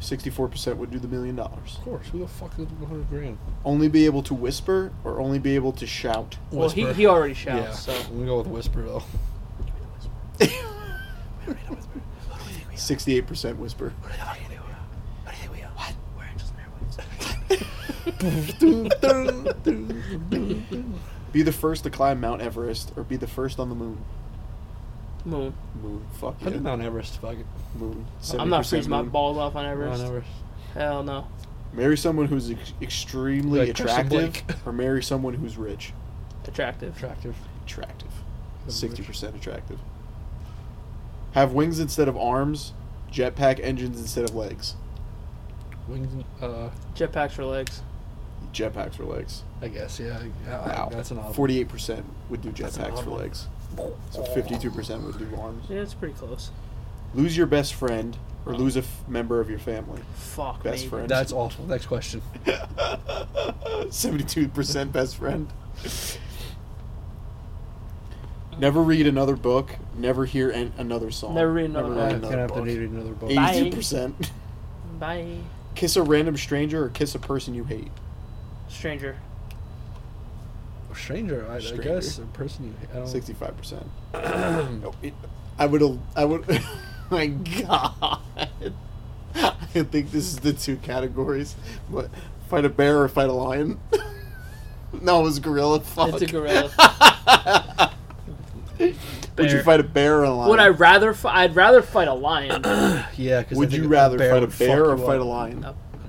A: Sixty-four percent would do the million dollars.
C: Of course. Who the fuck is one hundred grand?
A: Only be able to whisper, or only be able to shout.
B: Well, he, he already shouts.
C: I'm gonna go with whisper though.
A: Sixty-eight percent whisper. Be the first to climb Mount Everest, or be the first on the moon.
B: So moon.
A: Moon, fuck
C: Put
A: yeah.
C: it Mount Everest. Fuck it.
A: Moon.
B: I'm not
A: 70%
B: freezing my
A: moon.
B: balls off on Everest.
C: Mount Oh, Everest.
B: Hell no.
A: Marry someone who's ex- extremely
C: Like Christian
A: attractive,
C: Blake.
A: or marry someone who's rich.
B: Attractive.
C: Attractive.
A: Attractive. Sixty percent attractive. Have wings instead of arms, jetpack engines instead of legs.
C: Wings. and- Uh,
B: Jetpacks for legs.
A: Jetpacks for legs.
C: I guess. Yeah. I- I- Uh, That's an odd. one.
A: Forty-eight percent would do
C: That's an
A: jetpacks
C: odd
A: for
C: one.
A: legs. So fifty-two percent would do arms.
B: Yeah, it's pretty close.
A: Lose your best friend, or
C: Oh.
A: lose a f- member of your family.
B: Fuck
A: Best
B: me.
A: friend.
C: That's awful. Next question.
A: Seventy-two percent best friend. Never read another book. Never hear an- another song.
B: Never read another
A: Never
B: book.
C: I'm gonna have to need another book.
B: Bye.
A: Eighty-two percent.
B: Bye.
A: Kiss a random stranger or kiss a person you hate.
B: Stranger.
C: Stranger, I,
A: Stranger.
C: I guess. A person you. I don't.
A: Sixty-five percent. I would. I would. my God. I think this is the two categories. What? Fight a bear or fight a lion? no, it was gorilla. Fuck.
B: It's a gorilla.
A: Would you
B: Bear.
A: fight a bear or a lion?
B: Would I rather? F- I'd rather fight a lion.
C: Yeah, because
A: Would you rather fight a bear or fight a lion?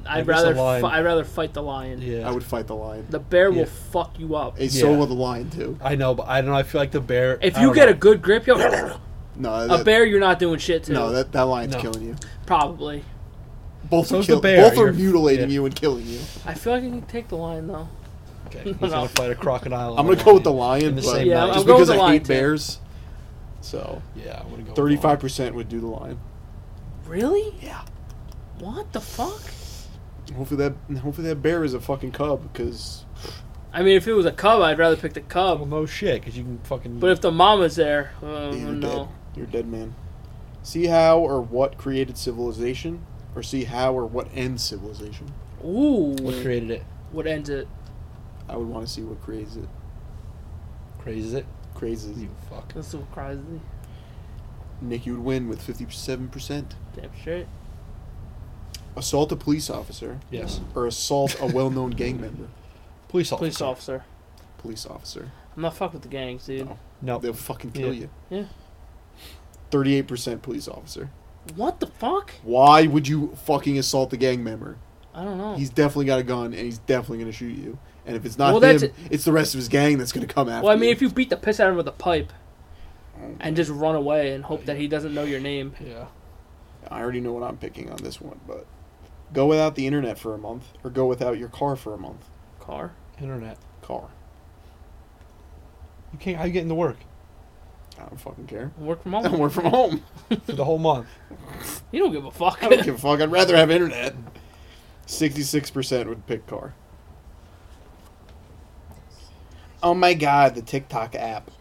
C: I
B: I'd
C: guess a
B: rather.
C: lion.
B: Fi- I'd rather fight the lion.
C: Yeah,
A: I would fight the lion.
B: The bear
C: Yeah.
B: will fuck you up.
A: Hey, so
C: Yeah.
A: will the lion too.
C: I know, but I don't know. I feel like the bear.
B: If
C: I
B: you
C: don't
B: get
C: know.
B: a good grip, you'll a
A: No, that,
B: bear. You're not doing shit to.
A: No, that, that lion's
C: No.
A: killing you.
B: probably.
A: Both
C: So
A: are
C: is the
A: kill-
C: bear.
A: Both are
C: You're-
A: mutilating
C: yeah.
A: you and killing you.
B: I feel like I can take the lion though.
C: okay, he's
B: No.
C: gonna fight a crocodile. and
A: I'm
C: a
A: gonna go with the
C: lion.
A: lion,
C: In the
A: but
C: same Yeah, night.
A: just
C: I'll
B: go
A: because
B: with the
A: I
B: lion,
A: hate
B: too.
A: bears. So
C: Yeah, I'm gonna go. with the lion.
A: thirty-five percent would do the lion.
B: Really?
A: Yeah.
B: What the fuck?
A: Hopefully that hopefully that bear is a fucking cub because
B: I mean, if it was a cub, I'd rather pick the
C: Well,
B: cub.
C: no shit, because you can fucking.
B: But if the mama's there, uh,
A: you're dead.
B: no.
A: You're a dead man. See how or what created civilization, or see how or what ends civilization.
B: Ooh.
C: what created it?
B: What ends it?
A: I would want to see what creates it.
C: Crazes it?
A: Creates it.
C: You fuck.
B: That's so crazy.
C: Hmm.
A: Nick, you would win with fifty-seven percent.
B: Damn straight.
A: Assault a police officer,
C: Yes.
A: or assault a well-known gang member.
C: Police officer.
B: Police officer.
A: Police officer.
B: I'm not fuck with the gangs, dude.
A: No.
C: No.
A: They'll fucking kill
C: Yeah.
A: you.
B: Yeah.
A: Thirty-eight percent police officer.
B: What the fuck?
A: Why would you fucking assault a gang member?
B: I don't know.
A: He's definitely got a gun, and he's definitely gonna shoot you. And if it's not
B: Well,
A: him,
B: that's-
A: it's the rest of his gang that's gonna come after.
B: well, I mean,
A: you.
B: if you beat the piss out of him with a pipe and just run away and hope that he doesn't know your name.
C: Yeah.
A: I already know what I'm picking on this one, but go without the internet for a month, or go without your car for a month.
B: Car.
C: Internet.
A: Car.
C: You can't. How you getting to work
A: I don't fucking care.
B: Work from
A: I
B: home.
A: work from home.
C: for the whole month?
B: You don't give a fuck.
A: I don't give a fuck. I'd rather have internet. Sixty-six percent would pick car.
D: Oh my god, the TikTok app.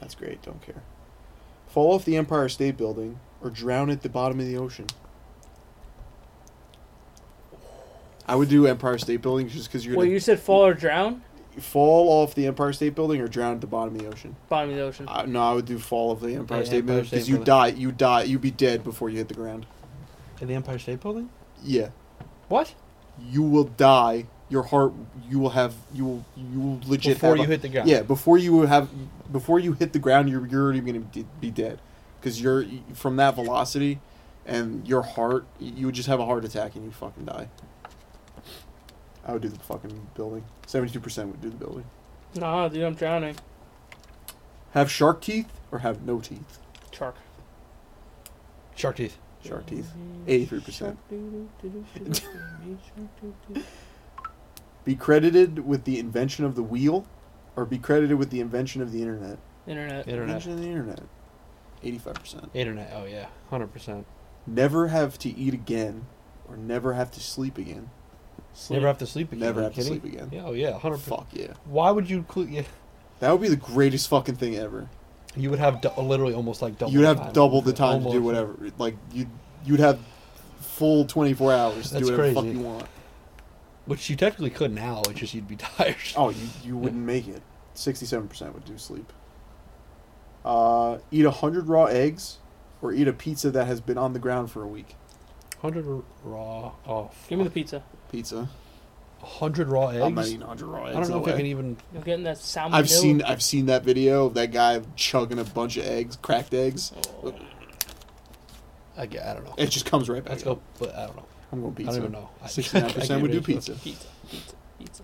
A: That's great. Don't care. Fall off the Empire State Building or drown at the bottom of the ocean. I would do Empire State Building just because you're
B: Well,
A: gonna
B: you said fall or drown?
A: fall off the Empire State Building or drown at the bottom of the ocean.
B: Bottom of the ocean.
A: I, no, I would do fall of the Empire
D: Yeah,
A: State
D: Empire
A: Building
D: State
A: because you
D: Building.
A: die, you die, you'd be dead before you hit the ground.
D: In the Empire State Building?
A: Yeah,
C: What?
A: you will die. Your heart, you will have, you will, you will legit
D: Before
A: have
D: you
A: a-
D: hit the ground.
A: Yeah, before you have, before you hit the ground, you're, you're already gonna be- be dead because you're from that velocity, and your heart, you would just have a heart attack and you fucking die. I would do the fucking building. Seventy-two percent would do the building.
B: Nah, dude, I'm drowning.
A: Have shark teeth or have no teeth?
B: Shark.
C: Shark teeth.
A: Shark teeth. Eighty-three percent. be credited with the invention of the wheel or be credited with the invention of the internet?
B: Internet.
C: Internet.
A: Invention of the internet. 85%.
C: Internet. Oh yeah, hundred percent.
A: Never have to eat again or never have to sleep again.
D: Never have to sleep again.
A: Never
D: are you
A: have to
D: kidding?
A: sleep again.
C: Yeah, oh yeah, hundred percent.
A: Fuck yeah.
C: Why would you? Cl- yeah,
A: That would be the greatest fucking thing ever.
C: you would have du- literally almost like double.
A: you'd
C: the
A: have
C: time.
A: double the time to do
C: Almost.
A: whatever. Like you'd you'd have full 24 hours to
C: That's
A: do whatever the fuck
C: crazy.
A: you want.
C: Which you technically could now. It's just you'd be tired.
A: Oh, you, you wouldn't make it. 67% would do sleep. Uh, eat 100 raw eggs or eat a pizza that has been on the ground for a week.
C: Hundred raw. Oh,
B: Give me the pizza.
A: Pizza.
C: hundred raw eggs.
A: I'm not eating 100 raw eggs.
C: I don't know
A: no
C: if I
A: way.
C: can even.
B: You're getting that salmonella.
A: I've seen I've seen that video of that guy chugging a bunch of eggs, cracked eggs.
B: Oh,
C: I, ge- I don't know.
A: It just comes right back.
C: Let's go. But I don't know.
A: I'm going pizza.
C: I don't even know. I- I
A: 69 percent
C: can't
A: would do
C: really-
A: pizza.
B: Pizza. Pizza. Pizza.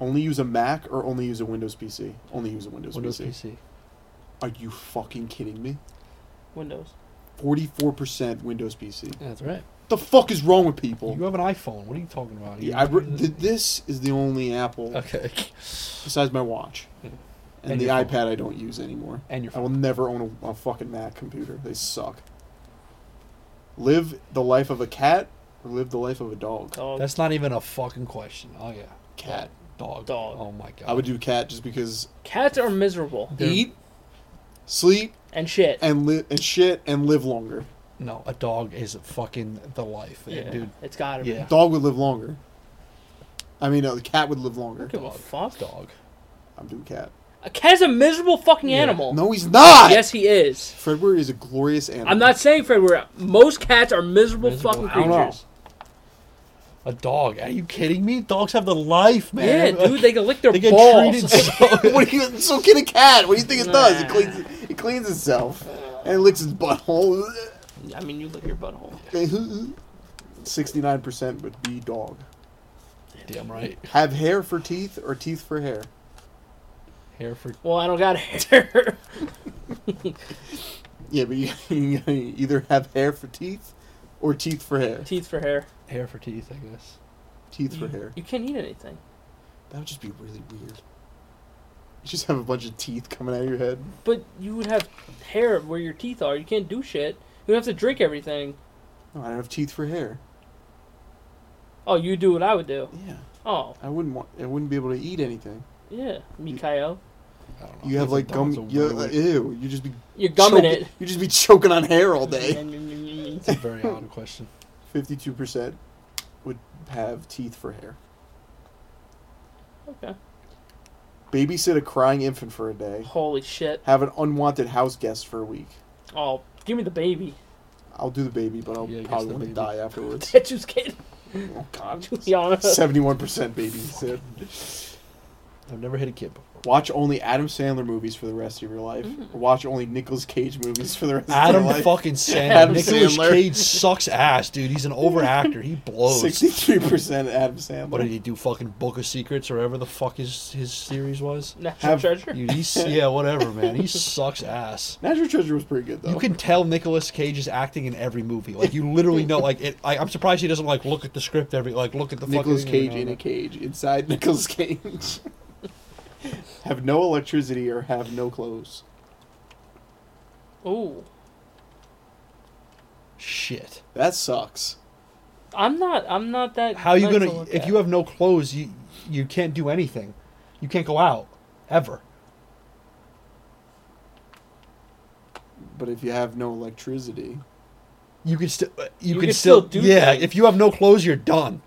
A: Only use a Mac or only use a Windows PC. Only use a Windows,
C: Windows
A: PC.
C: PC.
A: Are you fucking kidding me?
B: Windows.
A: Forty-four percent Windows PC.
C: Yeah, that's right.
A: The fuck is wrong with people?
C: You have an iPhone. What are you talking about? You-
A: Yeah, I re- th- this is the only Apple
C: okay.
A: besides my watch,
C: Yeah.
A: and,
C: And
A: the
C: your phone.
A: iPad I don't use anymore.
C: And your
A: I
C: phone.
A: will never own a, a fucking Mac computer. They suck. Live the life of a cat or live the life of a dog.
B: Dog.
C: That's not even a fucking question. Oh yeah.
A: Cat.
C: Dog.
B: Dog.
C: Oh my god.
A: I would do cat just because
B: Cats are miserable.
C: They're-
A: eat, sleep,
B: And shit.
A: and li- and shit and live longer.
C: No, a dog is fucking the life,
B: yeah,
C: dude.
B: It's gotta be.
C: Yeah.
A: Dog would live longer. I mean, no, the cat would live longer.
B: Don't give a fuck.
C: Dog.
A: I'm doing cat.
B: A cat's a miserable fucking
C: Yeah.
B: animal.
A: No, he's not.
B: Yes, he is.
A: Fredbear is a glorious animal.
B: I'm not saying Fred. We're most cats are miserable,
C: Miserable.
B: fucking
C: I don't know.
B: creatures.
C: A dog. Are you kidding me? Dogs have the life,
B: Yeah,
C: man.
B: dude, they can lick their
C: They get treated
B: balls.
C: so.
A: what do you, so can a cat. What do you think it does? It cleans it cleans itself and licks its butthole.
B: I mean, you lick your butthole.
A: Sixty-nine percent would be dog.
C: Damn right.
A: Have hair for teeth or teeth for hair.
C: Hair for.
B: Well, I don't got hair.
A: Yeah, but you, you either have hair for teeth or teeth for hair.
B: Teeth for hair.
C: Hair for teeth, I guess.
A: Teeth for hair.
B: You can't eat anything.
A: That would just be really weird. You just have a bunch of teeth coming out of your head.
B: But you would have hair where your teeth are. You can't do shit. You have to drink everything.
A: No, I don't have teeth for hair.
B: Oh, you do what I would do.
A: Yeah,
B: Oh,
A: I wouldn't want. I wouldn't be able to eat anything.
B: yeah, Mikael.
C: I don't know.
A: You have
C: Even
A: like
C: dogs
A: gum.
C: are
A: You, uh,
C: weird.
A: ew. You just be
B: You're gumming
A: choking- You just be choking on hair all day.
B: it.
C: It's a very odd question.
A: Fifty-two percent would have teeth for hair.
B: okay.
A: Babysit a crying infant for a day.
B: Holy shit.
A: Have an unwanted house guest for a week.
B: Oh, give me the baby.
A: I'll do the baby, but I'll
C: Yeah, I guess
A: probably
C: the
A: want to
C: baby.
A: die afterwards.
B: That's just kidding.
A: oh God.
B: Juliana.
A: Seventy-one percent babysit.
C: I've never hit a kid before.
A: Watch only Adam Sandler movies for the rest of your life. Or watch only Nicolas Cage movies for the rest
C: Mm. Adam
A: of your life.
C: fucking Sandler.
A: Adam
C: Nicholas
A: Sandler.
C: Cage sucks ass, dude. He's an overactor. He blows.
A: Sixty-three percent Adam
C: What
A: Sandler.
C: did he do? Fucking Book of Secrets or whatever the fuck his his series was.
B: National
A: Have-
B: treasure.
C: Dude, he's, yeah, whatever, man. He sucks ass.
A: Natural Treasure was pretty good though.
C: You can tell Nicolas Cage is acting in every movie. Like you literally know. Like it, I, I'm surprised he doesn't like look at the script every. Like look at the
A: Nicolas
C: fucking, you
A: Cage
C: know,
A: in a
C: like-
A: cage inside Nicolas Cage. have no electricity or have no clothes.
B: Ooh.
C: Shit.
A: That sucks.
B: I'm not. I'm not that.
C: How you
B: nice to
C: gonna?
B: look
C: If
B: at.
C: you have no clothes, you you can't do anything. You can't go out ever.
A: But if you have no electricity,
C: You can still
B: You
C: you, can,
B: can
C: still,
B: still do
C: yeah.
B: things.
C: If you have no clothes, you're done.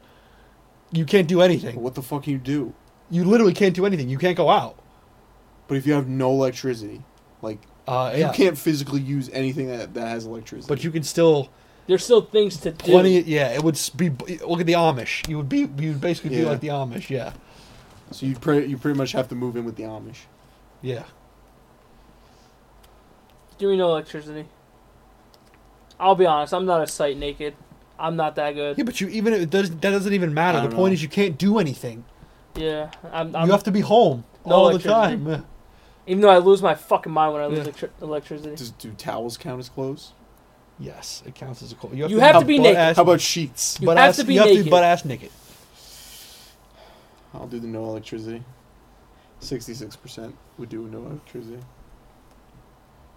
C: You can't do anything.
A: what the fuck can you do?
C: You literally can't do anything. You can't go out.
A: But if you have no electricity, like
C: Uh, yeah.
A: you can't physically use anything that, that has electricity.
C: but you can still
B: There's still things to do.
C: plenty. Yeah, it would s- be. Look at the Amish. You would be. You would basically be
A: Yeah.
C: like the Amish. Yeah,
A: so you pretty you pretty much have to move in with the Amish.
C: yeah.
B: Give me no electricity. I'll be honest. I'm not a sight naked. I'm not that good.
C: Yeah, but you even it does that doesn't even matter.
A: I
C: The
A: don't
C: point
A: know.
C: is you can't do anything.
B: Yeah, I'm. I'm
C: you have to be home
B: No
C: all the
B: electricity.
C: time. Yeah.
B: even though I lose my fucking mind when I lose
C: Yeah.
B: electri- electricity.
A: Does do towels count as clothes?
C: Yes, it counts as a cold.
B: You have to be naked.
A: How about sheets?
B: You
C: butt
B: have
C: ass,
B: to be
C: you have to be
B: naked.
C: butt ass naked.
A: I'll do the no electricity. Sixty-six percent would do no electricity.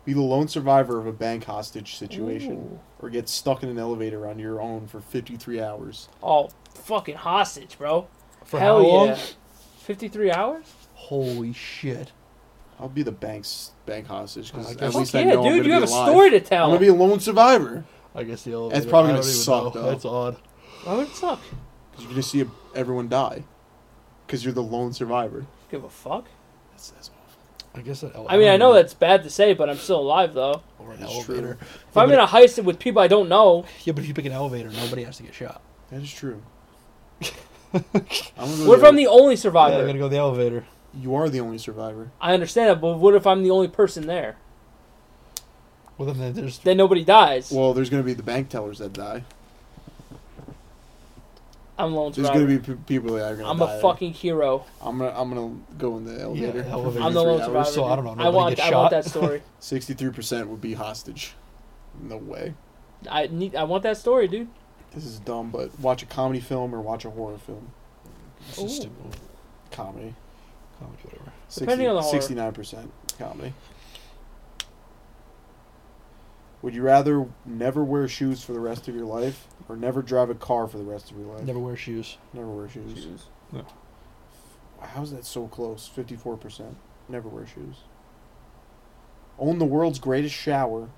A: Be the lone survivor of a bank hostage situation,
B: Ooh.
A: or get stuck in an elevator on your own for fifty-three hours.
B: Oh, fucking hostage, bro.
C: For
B: Hell
C: how long?
B: yeah. Fifty-three hours.
C: Holy shit!
A: I'll be the bank's bank hostage
C: I
A: because
C: guess-
A: at
B: Fuck
A: least
B: yeah,
A: I know I'm
B: dude.
A: gonna
B: you
A: be
B: have
A: alive.
B: a story to
A: I'm
B: tell.
A: gonna be a lone survivor.
C: I guess the elevator.
A: That's probably
C: I don't
A: gonna
C: even
A: suck,
C: know.
A: though.
C: That's odd.
B: Why would it suck?
A: Cause you're gonna see a, everyone die. Cause you're the lone survivor.
B: Give a fuck.
A: That's, that's awful.
C: I guess that. ele-
B: I mean, I
C: don't
B: know
C: even
B: that's bad to say, but I'm still alive though.
C: Or an
A: That's true.
C: elevator.
B: If I'm in a heist with people I don't know,
C: Yeah, but if you pick an elevator, nobody has to get shot.
A: That is true. I'm gonna go
B: what if
A: the
B: I'm the only
C: Yeah, I'm
B: survivor?
C: gonna go the elevator.
A: You are the only survivor.
B: I understand that, but what if I'm the only person there?
C: Well, then there's.
B: Then nobody dies.
A: Well, there's gonna be the bank tellers that die.
B: I'm a lone
A: There's
B: survivor.
A: gonna be p- people that are gonna.
B: I'm
A: die
B: a
A: there.
B: fucking hero.
A: I'm gonna I'm gonna go in the elevator.
C: Yeah, elevator.
B: I'm the lone survivor.
C: So I don't know,
B: dude. I
C: nobody
B: want.
C: gets
B: I want
C: shot.
B: that story.
A: Sixty-three percent would be hostage. No way.
B: I need. I want that story, dude.
A: This is dumb. But watch a comedy film or watch a horror film.
C: It's just stupid.
A: Comedy.
C: Comic, whatever.
B: Depending on the horror.
A: Sixty-nine percent comedy. Would you rather never wear shoes for the rest of your life or never drive a car for the rest of your life?
C: Never wear shoes.
A: Never wear shoes.
C: No.
A: How's that so close? 54%. Never wear shoes. Own the world's greatest shower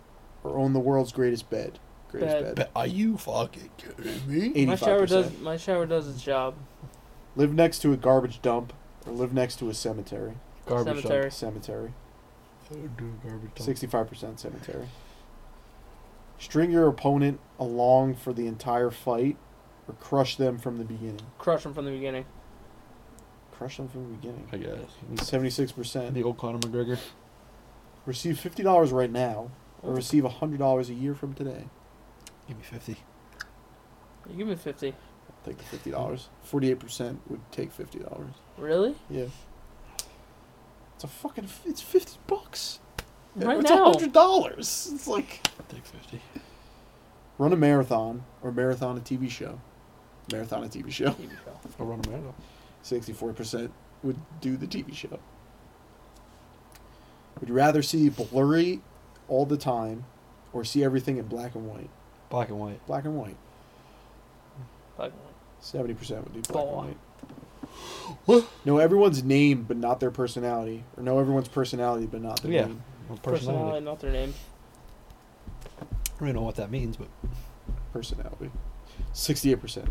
A: or own the world's greatest bed? Greatest
B: Bed.
A: bed.
C: But are you fucking kidding
A: 85%.
C: me?
B: My shower does. My shower does its job.
A: Live next to a garbage dump or live next to a cemetery?
C: Garbage
B: Cemetery.
A: Cemetery.
C: dump. Dude, garbage dump.
A: 65% cemetery. String your opponent along for the entire fight or crush them from the beginning?
B: Crush them from the beginning.
A: Crush them from the beginning.
C: I guess.
A: 76%.
C: The old Conor McGregor.
A: Receive fifty dollars right now, or receive hundred dollars a year from today.
C: Give me fifty.
B: You give me fifty.
A: Take the fifty dollars. Forty-eight percent would take fifty dollars.
B: Really?
A: Yeah. It's a fucking. It's fifty bucks.
B: Right
A: it's
B: now.
A: hundred dollars. It's like
C: Take fifty.
A: run a marathon or marathon a TV show. Marathon a TV show.
C: I'll run a marathon.
A: Sixty-four percent would do the TV show. Would you rather see blurry all the time, or see everything in black and white?
C: Black and white.
A: Black and white.
B: Fuck.
A: Seventy percent would do black
B: Boy.
A: and white. Know everyone's name but not their personality, or know everyone's personality but not their
C: Yeah.
A: name.
C: Well,
B: Personality,
C: personality.
B: not their name.
C: I don't even know what that means, but
A: Personality. Sixty-eight percent.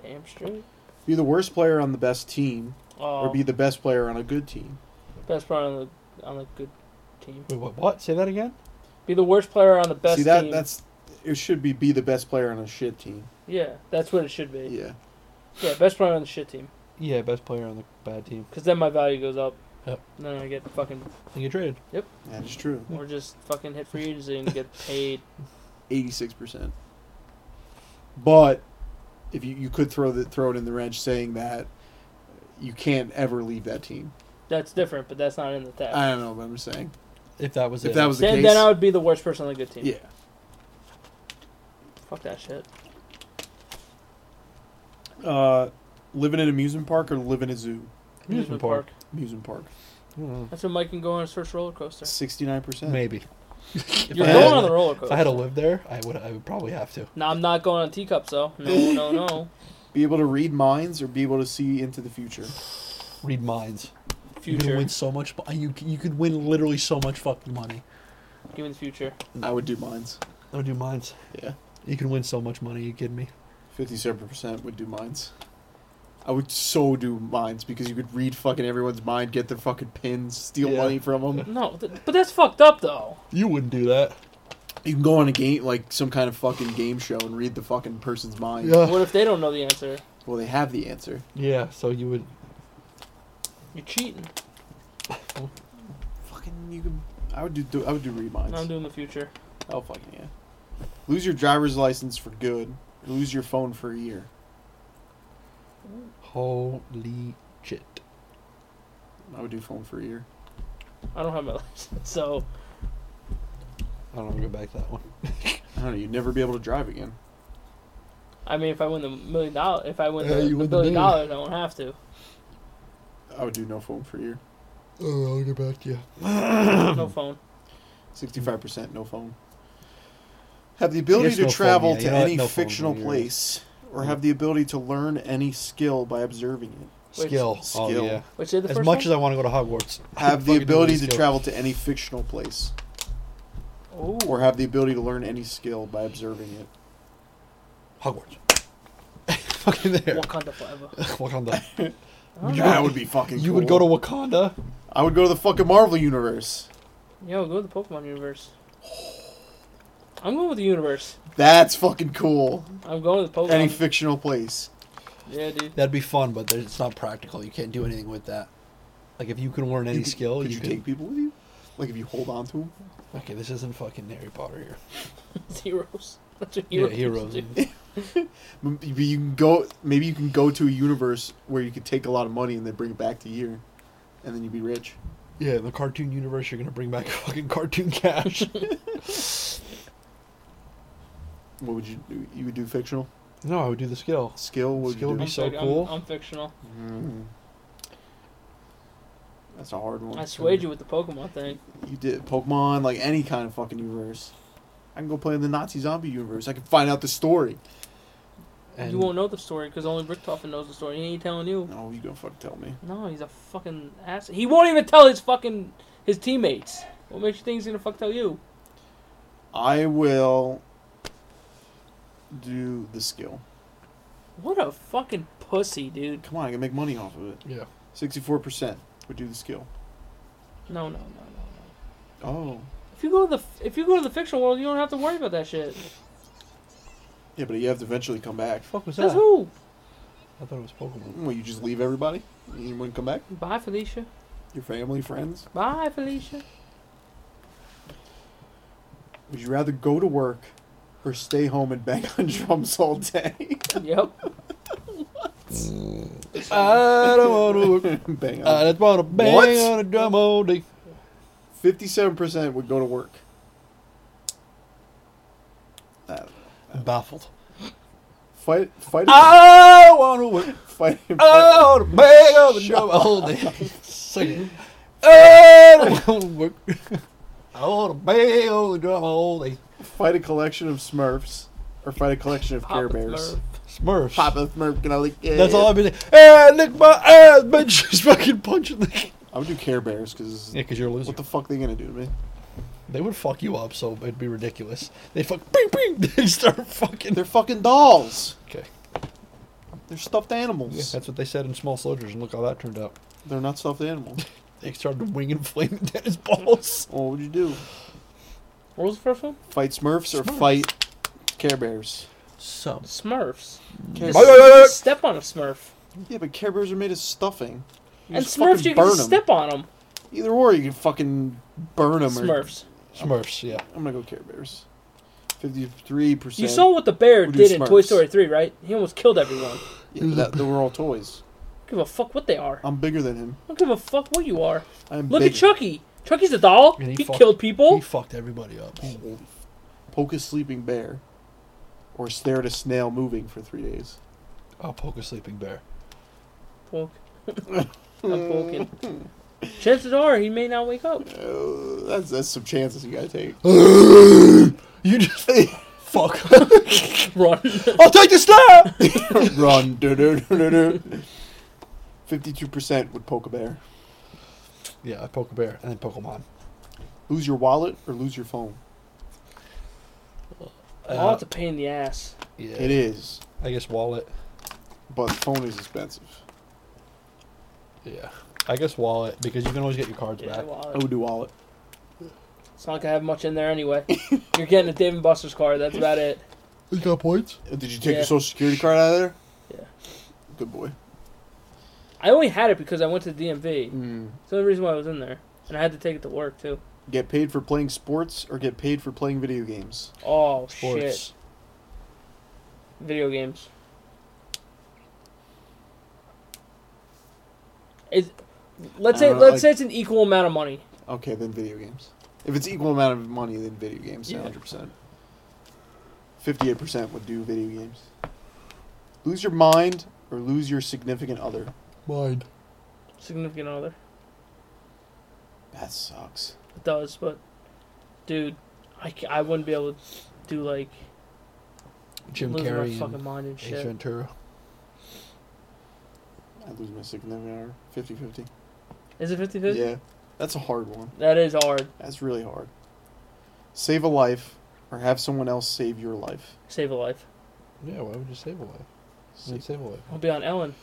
B: Damn straight.
A: Be the worst player on the best team,
B: Oh,
A: or be the best player on a good team.
B: best player on the on the good team.
C: wait, what? What? Say that again.
B: Be the worst player on the best
A: See that?
B: team.
A: That's it. Should be be the best player on a shit team.
B: yeah, that's what it should be.
A: Yeah.
B: Yeah, best player on the shit team.
C: Yeah, best player on the bad team.
B: Because then my value goes up.
C: Yep.
B: And then I get fucking,
C: And get traded.
A: That is true.
B: or just fucking hit free agency and get paid.
A: Eighty-six percent. But if you, you could throw the throw it in the wrench, saying that you can't ever leave that team.
B: That's different, but that's not in the tag.
A: I don't know, but I'm just saying
C: If that was
A: if
C: it.
A: that was the
B: Then,
A: case.
B: then I would be the worst person on the good team.
A: yeah.
B: Fuck that shit.
A: Uh, live in an amusement park or live in a zoo?
C: Amusement park.
A: Amusement park.
C: I don't know.
B: That's when Mike can go on his first roller coaster.
A: Sixty-nine percent.
C: Maybe. If
B: You're
C: I
A: Yeah.
C: had-
B: going on the roller coaster.
C: If I had to live there, I would. I would probably have to.
B: No, I'm not going on teacups though. No, no, no.
A: Be able to read minds or be able to see into the future.
C: Read minds. You could
B: Future.
C: win so much. bu- You you could win literally so much fucking money.
B: Give me the future.
A: I would do minds.
C: I would do minds.
A: Yeah.
C: You can win so much money. You kidding me?
A: 57% would do minds. I would so do minds because you could read fucking everyone's mind, get their fucking pins, steal
C: Yeah.
A: money from them.
B: No, th- but that's fucked up though.
C: You wouldn't do that.
A: You can go on a game, like some kind of fucking game show and read the fucking person's mind.
C: Yeah.
B: What if they don't know the answer?
A: Well, they have the answer.
C: Yeah. So you would.
B: You're cheating.
A: Fucking, you can. I would do, do I would do read minds.
B: I'm doing the future.
A: oh, fucking yeah. Lose your driver's license for good. Lose your phone for a year.
C: Holy shit.
A: I would do phone for a year.
B: I don't have my license, so
C: I don't know. Go back to that one.
A: I don't know. You'd never be able to drive again.
B: I mean, if I win the million dollar, if I win
C: Yeah,
B: the,
C: you
B: the
C: win the
B: billion
C: million.
B: dollars, I won't have to.
A: I would do no phone for a year.
C: Oh, I'll get back to you.
B: no phone.
A: Sixty-five percent, no phone. Have the ability
C: guess
A: to
C: no phone,
A: travel
C: yeah,
A: to
C: you know what?
A: any
C: No phone,
A: fictional
C: you're right.
A: place, or have the ability to learn any skill by observing it.
B: Wait,
C: Skill. Oh
A: skill.
C: yeah.
B: Which is the
C: As
B: first
C: much as I want to go to Hogwarts, I
A: Have the
C: fucking don't
A: ability
C: need
A: to
C: skill.
A: travel to any fictional place,
B: Oh,
A: or have the ability to learn any skill by observing it.
C: Hogwarts. fucking there.
B: Wakanda forever.
C: Wakanda.
B: I don't
C: You
B: know.
A: That would be fucking.
C: You would go to
A: cool.
C: Wakanda.
A: I would go to the fucking Marvel universe.
B: Yo, go to the Pokemon universe. I'm going with the universe.
A: That's fucking cool.
B: I'm going with the Pokemon.
A: Any fictional place.
B: yeah, dude.
C: That'd be fun, but there's- it's not practical. You can't do anything with that. Like if you can learn any
A: You could-
C: skill,
A: Could
C: you,
A: you,
C: can.
A: take people with you? Like if you hold on to them.
C: Okay, this isn't fucking Harry Potter here.
B: Heroes. That's what
C: Yeah,
B: heroes.
C: heroes.
B: do.
A: Maybe you can go. Maybe you can go to a universe where you could take a lot of money and then bring it back to here, and then you'd be rich.
C: Yeah, in the cartoon universe, you're gonna bring back fucking cartoon cash.
A: What would you do? You would do fictional
C: no, I would do the skill.
A: skill. What would
C: Skill
A: you
C: would
A: do?
C: be
B: I'm,
C: so
B: fic- I'm-
C: cool.
B: I'm, fictional.
A: Mm. That's a hard one.
B: I swayed you with the Pokemon thing.
A: You did Pokemon, like any kind of fucking universe. I can go play in the Nazi zombie universe. I can find out the story.
C: And
B: you won't know the story because only Richtofen knows the story. He ain't telling you.
A: No, you don't fucking tell me.
B: No, he's a fucking ass. He won't even tell his fucking his teammates. What makes you think he's gonna fuck tell you?
A: I will do the skill.
B: What a fucking pussy, dude.
A: Come on, I can make money off of it.
C: Yeah.
A: Sixty-four percent would do the skill.
B: No, no, no, no, no.
A: Oh,
B: If you go to the f- if you go to the fictional world, you don't have to worry about that shit.
A: yeah, but you have to eventually come back.
C: fuck was
B: That's
C: that?
B: who.
C: I thought it was Pokemon.
A: Well, you just leave everybody. You wouldn't come back.
B: Bye, Felicia.
A: Your family, friends.
B: Bye, Felicia.
A: Would you rather go to work or stay home and bang on drums all day?
B: yep.
C: I don't want to work.
A: bang
C: I
A: on.
C: just want to bang
A: What?
C: on a drum all day.
A: Fifty-seven percent would go to work. Uh,
C: I'm baffled.
A: fight, fight,
C: Ah! I want to work.
A: fight, fight.
C: I want to bang on a
A: Shut
C: drum all day. Sing. I don't want to work. I want to bang on the drum all day.
A: fight a collection of Smurfs or fight a collection of Care
B: Papa
A: Bears.
B: Smurf.
C: Smurfs.
A: Papa Smurf, can I lick your
C: That's all I've
A: hand?
C: been. Hey, lick my ass, bitch! Just fucking punching the.
A: I would do Care Bears because
C: Yeah, because you're a loser.
A: what the fuck they gonna do to me?
C: They would fuck you up, so it'd be ridiculous. They fuck, ping, ping. They start fucking.
A: They're fucking dolls.
C: okay.
A: They're stuffed
C: Yeah,
A: animals.
C: that's what they said in Small Soldiers, and look how that turned out.
A: They're not stuffed animals.
C: They started winging flame Dennis balls.
A: Well, what would you do?
B: What was the first one?
A: Fight Smurfs or
C: Smurfs.
A: fight Care Bears?
C: So
B: Smurfs.
A: Care
C: Bye, bye, bye.
B: Just Step on a Smurf.
A: Yeah, but Care Bears are made of stuffing. You
B: and
A: just
B: Smurfs,
A: fucking
B: you can
A: burn
B: just
A: 'em.
B: step on them.
A: Either or, you can fucking burn them.
B: Smurfs.
C: Smurfs, yeah.
A: I'm gonna go Care Bears. Fifty-three percent.
B: You saw what the bear
A: We'll do
B: did in Toy
A: Smurfs.
B: Story 3, right? He almost killed everyone.
A: Yeah, but that, they were all toys.
B: Don't give a fuck what they are. I
A: I'm bigger than him.
B: don't give a fuck what you are.
A: Uh, I'm
B: Look
A: bigger.
B: at Chucky. Chucky's a doll.
C: And
B: He,
C: he fuck-
B: killed people.
C: He fucked everybody up.
A: Poke a sleeping bear, or stare at a snail moving for three days.
C: I'll oh, poke a sleeping bear.
B: Poke. I'm poking. Chances are he may not wake up.
A: Oh, Uh, that's that's some chances you gotta take.
C: You just fuck.
B: Run.
C: I'll take the snap.
A: Run. Fifty-two percent would poke a bear.
C: yeah, I poke a bear and then Pokemon.
A: Lose your wallet or lose your phone.
C: Uh,
B: Wallet's Oh, a pain in the ass.
A: It
C: yeah,
A: is,
C: I guess wallet.
A: but the phone is expensive.
C: Yeah, I guess wallet because you can always get your cards
B: Yeah,
C: back.
A: I
B: wallet.
A: would do wallet.
B: It's not gonna have much in there anyway. You're getting a Dave and Buster's card. That's about it.
C: You got points.
A: Uh, Did you take
B: Yeah.
A: your social security card out of there?
B: Yeah.
A: Good boy.
B: I only had it because I went to the DMV.
A: Mm.
B: It's the only reason why I was in there, and I had to take it to work too.
A: Get paid for playing sports or get paid for playing video games.
B: Oh
C: Sports.
B: shit! Video games. Is let's
A: I
B: say
C: Uh,
A: don't know,
B: let's
A: like-
B: say it's an equal amount of money.
A: Okay, then video games. If it's equal amount of money, then video games.
B: Yeah.
A: One hundred percent. Fifty-eight percent would do video games. Lose your mind or lose your significant other.
C: Mind.
B: Significant other.
A: That sucks.
B: It does, but dude, I, c- I wouldn't be able to do like
C: Jim
B: losing my
C: Carrey
B: fucking
C: and
B: mind and shit.
C: Ace Ventura.
A: I lose my significant other. 50-50.
B: Is it 50 50?
A: Yeah, that's a hard one.
B: That is hard.
A: That's really hard. Save a life or have someone else save your life.
B: Save a life.
C: Yeah, why would you save away?
A: Save-
C: Save away.
B: I'll be on Ellen.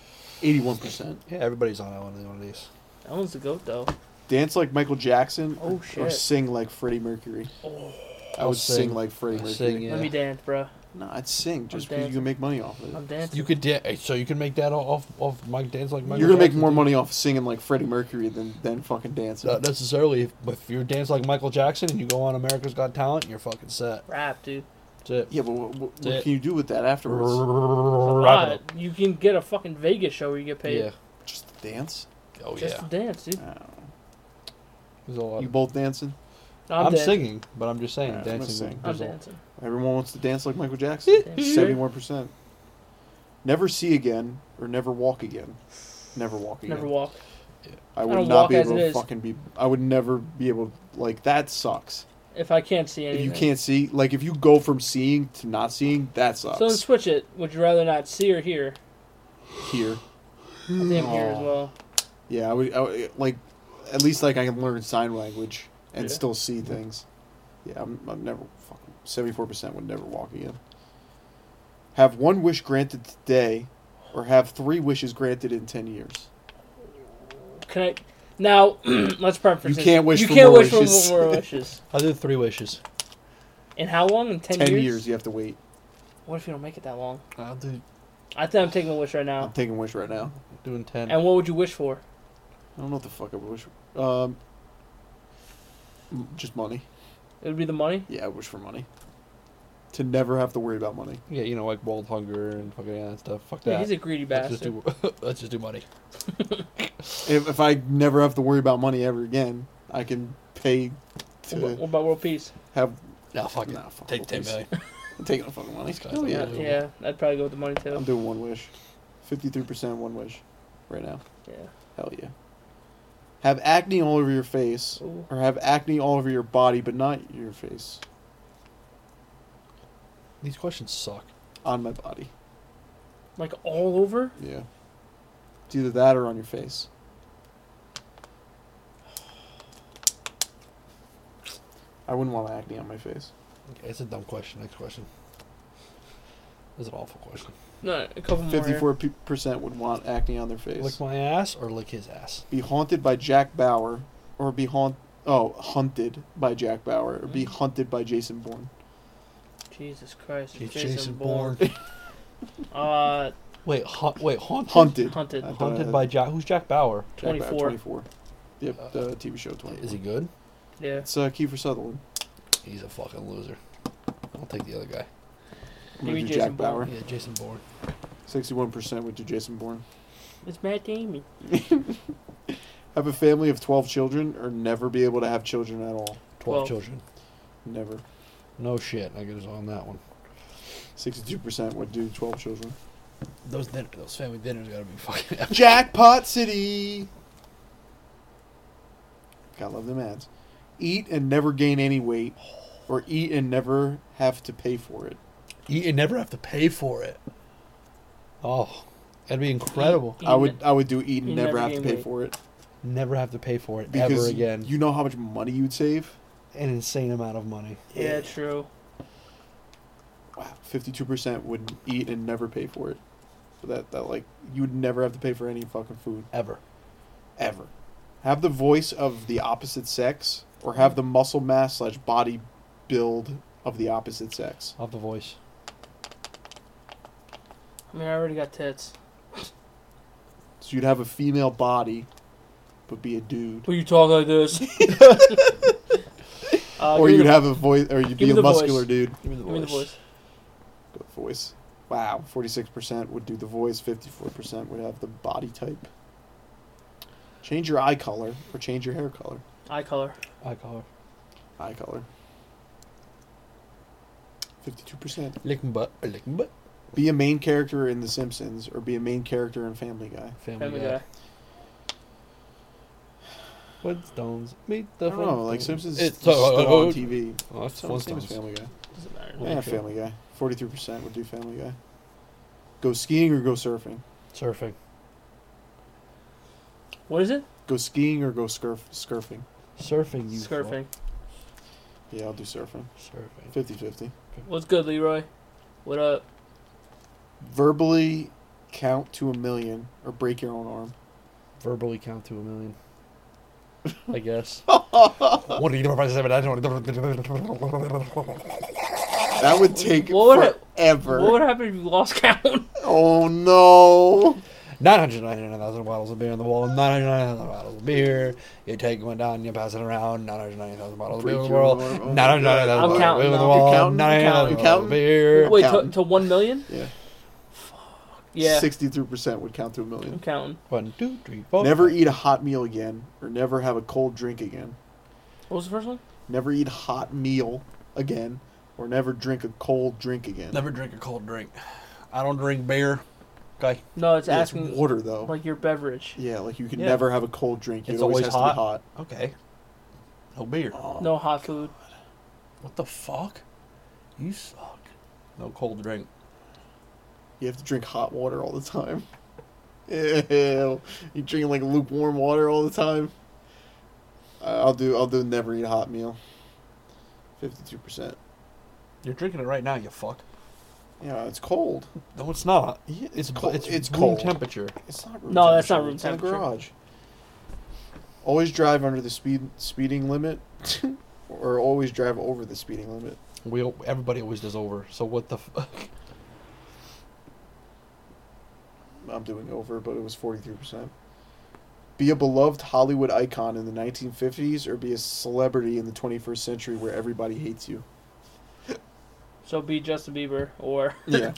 A: 81%.
C: Yeah, everybody's on one of one of these.
B: Ellen's the goat though.
A: Dance like Michael Jackson
B: Oh
A: or
B: shit.
A: sing like Freddie Mercury.
B: Oh,
A: I
C: I'll
A: would sing,
C: sing.
A: like Freddie
C: I'll
A: Mercury.
C: sing, yeah.
B: Let me dance, bro.
A: No, I'd sing just because you
B: dancing.
A: can make money off of
B: I'm
A: it.
B: dancing.
C: You could da- eh, so you can make that off off Mike dance like Michael.
A: You're gonna make
C: Jackson,
A: more
C: dude.
A: money off singing like Freddie Mercury than, than fucking dancing.
C: Not necessarily. If, if you're dance like Michael Jackson and you go on America's Got Talent, you're fucking set.
B: Rap, dude.
C: That's it.
A: yeah, but what, what,
C: Yeah.
A: what can you do with that afterwards?
C: Wrap it
B: Alright,
C: up.
B: You can get a fucking Vegas show where you get paid
C: Yeah.
A: Just dance?
C: Oh
B: just
C: yeah.
B: to dance, dude.
A: Oh.
C: There's a lot.
A: You both dancing?
B: No,
C: I'm,
B: I'm, dancing.
C: singing, but I'm just saying
A: Alright, I'm gonna
C: dancing.
A: sing.
B: I'm
C: there's a-
B: dancing.
A: Everyone wants to dance like Michael Jackson.
B: Damn straight.
A: Seventy-one percent. Never see again or never walk again. Never walk again.
B: Never walk.
A: I
B: I
A: would
B: don't
A: not
B: walk
A: be
B: as
A: able
B: it
A: to
B: is.
A: fucking be. I would never be able. Like that sucks.
B: If I can't see
A: If
B: anything.
A: you can't see, like if you go from seeing to not seeing, that sucks.
B: So then switch it. Would you rather not see or hear?
A: Here,
B: I think hear as
A: Aw.
B: well.
A: yeah, I would, I would- Like, at least like I can learn sign language and
B: Yeah.
A: still see things. Yeah, I'm, I'm never fucking. Seventy-four percent would never walk again. Have one wish granted today, or have three wishes granted in ten years.
B: Can I? Now, let's preface.
A: You
B: this.
A: can't wish
B: You
A: for
B: can't
A: more
B: wish
A: wishes.
B: for more wishes.
C: I did three wishes.
B: In how long? In ten,
A: Ten years?
B: years?
A: you have to wait.
B: What if you don't make it that long?
C: I'll do
B: I think I'm taking a wish right
A: I'm
B: now.
A: taking wish right now.
C: doing ten.
B: And what would you wish for?
A: I don't know what the fuck I would wish. Um, m- just money.
B: It would be the money.
A: Yeah, I wish for money. To never have to worry about money.
C: Yeah, you know, like world hunger and fucking yeah, that stuff. Fuck that.
B: Yeah, he's a greedy
C: let's just
B: bastard.
C: do let's just do money.
A: If, if I never have to worry about money ever again, I can pay
B: What about- what
A: to
B: about world peace?
A: have.
C: No, fuck it.
A: Nah, fuck
C: Take
A: all
C: ten
A: these.
C: million.
A: I'm taking the fucking money.
C: These guys
A: Hell
C: are
A: Oh, yeah.
C: weird.
B: Yeah, I'd probably go with the money
A: I'm
B: too.
A: doing one wish. 53% one wish right now.
B: Yeah.
A: Hell yeah. Have acne all over your face,
B: Ooh.
A: or have acne all over your body, but not your face.
C: These questions suck.
A: On my body.
B: Like all over?
A: Yeah. It's either that or on your face. I wouldn't want acne on my face.
C: Okay, it's a dumb question. Next question. This is an awful question.
B: No, a couple more. here.
A: Fifty-four percent would want acne on their
C: Lick
A: face.
C: my ass or lick his ass.
A: Be haunted by Jack Bauer, or be haunt oh hunted by Jack Bauer, or be
B: Mm.
A: hunted by Jason Bourne.
B: Jesus Christ.
C: He's
B: it's Jason,
C: Jason
B: Bourne.
C: Bourne.
B: Uh,
C: wait, ha- wait, haunted.
A: Hunted.
B: Hunted.
A: I thought I
C: Haunted
A: had
C: by Jack. Who's Jack Bauer?
A: Jack Bauer,
B: 24.
A: Twenty-four. Yep, the TV show
C: Is
A: twenty-four.
C: he good?
B: yeah.
A: It's uh, Kiefer Sutherland.
C: He's a fucking loser. I'll take the other guy.
A: I'm gonna
B: Maybe
A: do
B: Jason
A: Jack Bauer.
B: Bourne.
C: Yeah, Jason Bourne.
A: Sixty-one percent would do Jason Bourne.
B: It's Matt Damon.
A: Have a family of twelve children, or never be able to have children at all.
C: Twelve
B: Well-
C: children.
A: Never.
C: No shit. I get us on that one.
A: Sixty-two percent would do twelve children.
C: Those din- those family dinners gotta be fucking. epic.
A: Jackpot City. Gotta love them ads. Eat and never gain any weight, or eat and never have to pay for it.
C: You, you never have to pay for it. Oh, that'd be incredible.
B: Eat-
A: I would I would do eat and
B: you
A: never
B: never
A: have to
B: gain
A: pay
B: weight.
A: for it
C: Never have to pay for it
A: because
C: ever again.
A: you know how much money you'd save.
C: An insane amount of money.
B: Yeah, true.
A: Wow, fifty-two percent would eat and never pay for it. So that that like you would never have to pay for any fucking food
C: Ever.
A: ever. Have the voice of the opposite sex, or have the muscle mass slash body build of the opposite sex.
C: Off the voice.
B: I mean, I already got tits.
A: So you'd have a female body, but be a dude,
B: Will you talk like this? uh,
A: or
B: give me
A: you'd
B: the-
A: have a voice, or you'd
B: give
A: be
B: me
A: a
B: the
A: muscular
B: voice.
A: dude.
D: Give me the
B: Give me the voice.
A: Go with voice. Wow, forty-six percent would do the voice. Fifty-four percent would have the body type. Change your eye color or change your hair color.
B: Eye color.
C: Eye color.
A: Eye color. Fifty-two percent.
C: Lick 'em butt. Lick 'em butt.
A: Be a main character in The Simpsons, or be a main character in Family Guy.
C: Family,
B: Family
C: guy.
B: guy.
C: Flintstones.
A: I
C: Meet the
A: don't know, like Simpsons
C: It's
A: is still
C: uh, uh,
A: on
C: uh,
A: TV.
C: Oh, that's
A: So same as
C: Flintstones.
A: Family Guy.
B: Doesn't matter.
C: Yeah,
A: Yeah,
C: true.
A: Family Guy. Forty-three percent would do Family Guy. Go skiing or go surfing.
C: Surfing.
B: What is it?
A: Go skiing or go scurf scurfing.
C: Surfing. You fuck.
B: Surfing.
A: Yeah, I'll do surfing.
C: Surfing.
A: 50-50.
B: What's good, Leroy? What up?
A: Verbally count to a million or break your own arm.
C: verbally count to a million. I guess. what are you doing? I don't
A: That would take
B: What would-
A: forever.
B: What would happen if you lost count?
A: oh no!
C: 999,000 bottles of beer on the wall, 999,000 bottles of beer. You take one down, you pass it around, 999,000 bottals of beer on the wall,
A: arm. Oh my
C: 999,000
B: I'm
A: God.
C: bottles of
B: counting
C: beer on the
A: You're
B: now.
C: wall,
A: counting? You're
C: 999,000
A: counting?
C: bottles of beer.
B: Wait, to,
A: counting.
B: to one million?
A: Yeah.
B: Yeah,
A: Sixty-three percent would count to a million.
B: I'm counting.
C: One, two, three, four.
A: Never eat a hot meal again, or never have a cold drink again.
B: What was the first one?
A: Never eat hot meal again, or never drink a cold drink again.
C: Never drink a cold drink. I don't drink beer. Okay.
B: No, it's
A: Yeah,
B: asking
A: water though.
B: like your beverage.
A: yeah, like you can
C: Yeah.
A: never have a cold drink. It
C: It's
A: always,
C: always
A: has
C: hot.
A: to be hot.
C: Okay. No beer.
B: No hot food.
C: What the fuck? You suck. No cold drink.
A: You have to drink hot water all the time. Ew. You drinking like lukewarm water all the time. I- I'll do. I'll do. Never eat a hot meal. Fifty-two percent.
C: You're drinking it right now, you fuck.
A: Yeah, it's cold.
C: No, it's not.
A: Yeah,
C: It's
A: cold.
C: cold. It's,
A: it's
C: room
A: cold.
C: temperature.
A: It's not room
B: No, that's not
A: temperature,
B: room
A: it's in a
B: temperature.
A: garage. Always drive under the speed speeding limit, or always drive over the speeding limit.
C: We al- everybody always does over. So what the fuck?
A: I'm doing over, but it was 43%. Be a beloved Hollywood icon in the 1950s or be a celebrity in the 21st century where everybody hates you.
B: So be Justin Bieber or
A: Yeah.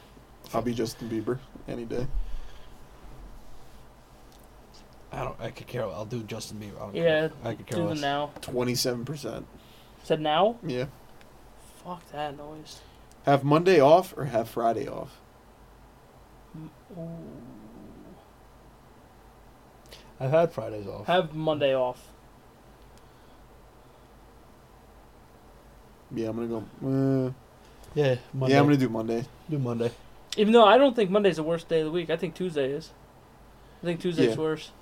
A: I'll be Justin Bieber any day.
C: I don't. I could care. I'll do Justin Bieber. I don't
B: yeah,
C: care. I could care
B: do the
C: less.
B: now.
A: 27%.
B: Said now?
A: Yeah.
B: Fuck that noise.
A: Have Monday off or have Friday off?
B: Ooh.
C: I've had Fridays off.
B: Have Monday off.
A: Yeah, I'm going to go. Uh,
C: yeah, Monday.
A: yeah, I'm going to do Monday.
C: do Monday.
B: Even though I don't think Monday's the worst day of the week. I think Tuesday is. I think Tuesday's
A: Yeah.
B: worse.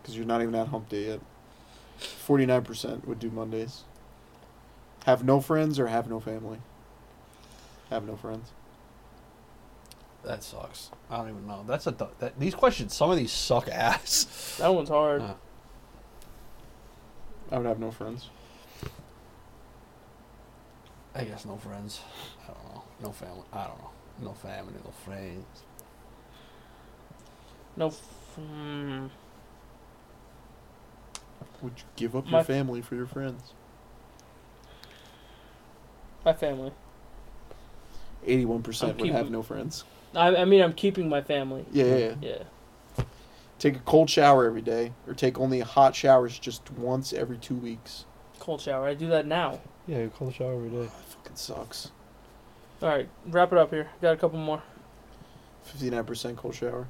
A: because you're not even at hump day yet. 49% would do Mondays. Have no friends or have no family? Have no friends.
C: That sucks. I don't even know. That's a. du- That, these questions. Some of these suck ass.
B: That one's hard.
C: Uh,
A: I would have no friends.
C: I guess no friends. I don't know. No family. I don't know. No family. No friends.
B: No. F- mm.
A: Would you give up
B: My-
A: your family for your friends?
B: my family.
A: 81%
B: I'm
A: would have
B: keeping-
A: no friends.
B: I, I mean, I'm keeping my family.
A: Yeah, yeah, yeah.
B: Yeah.
A: Take a cold shower every day or take only hot showers just once every two weeks.
B: Cold shower. I do that now.
C: Yeah, you call the shower every day.
A: That Oh, fucking sucks.
B: All right, wrap it up here. Got a couple more.
A: 59% cold shower.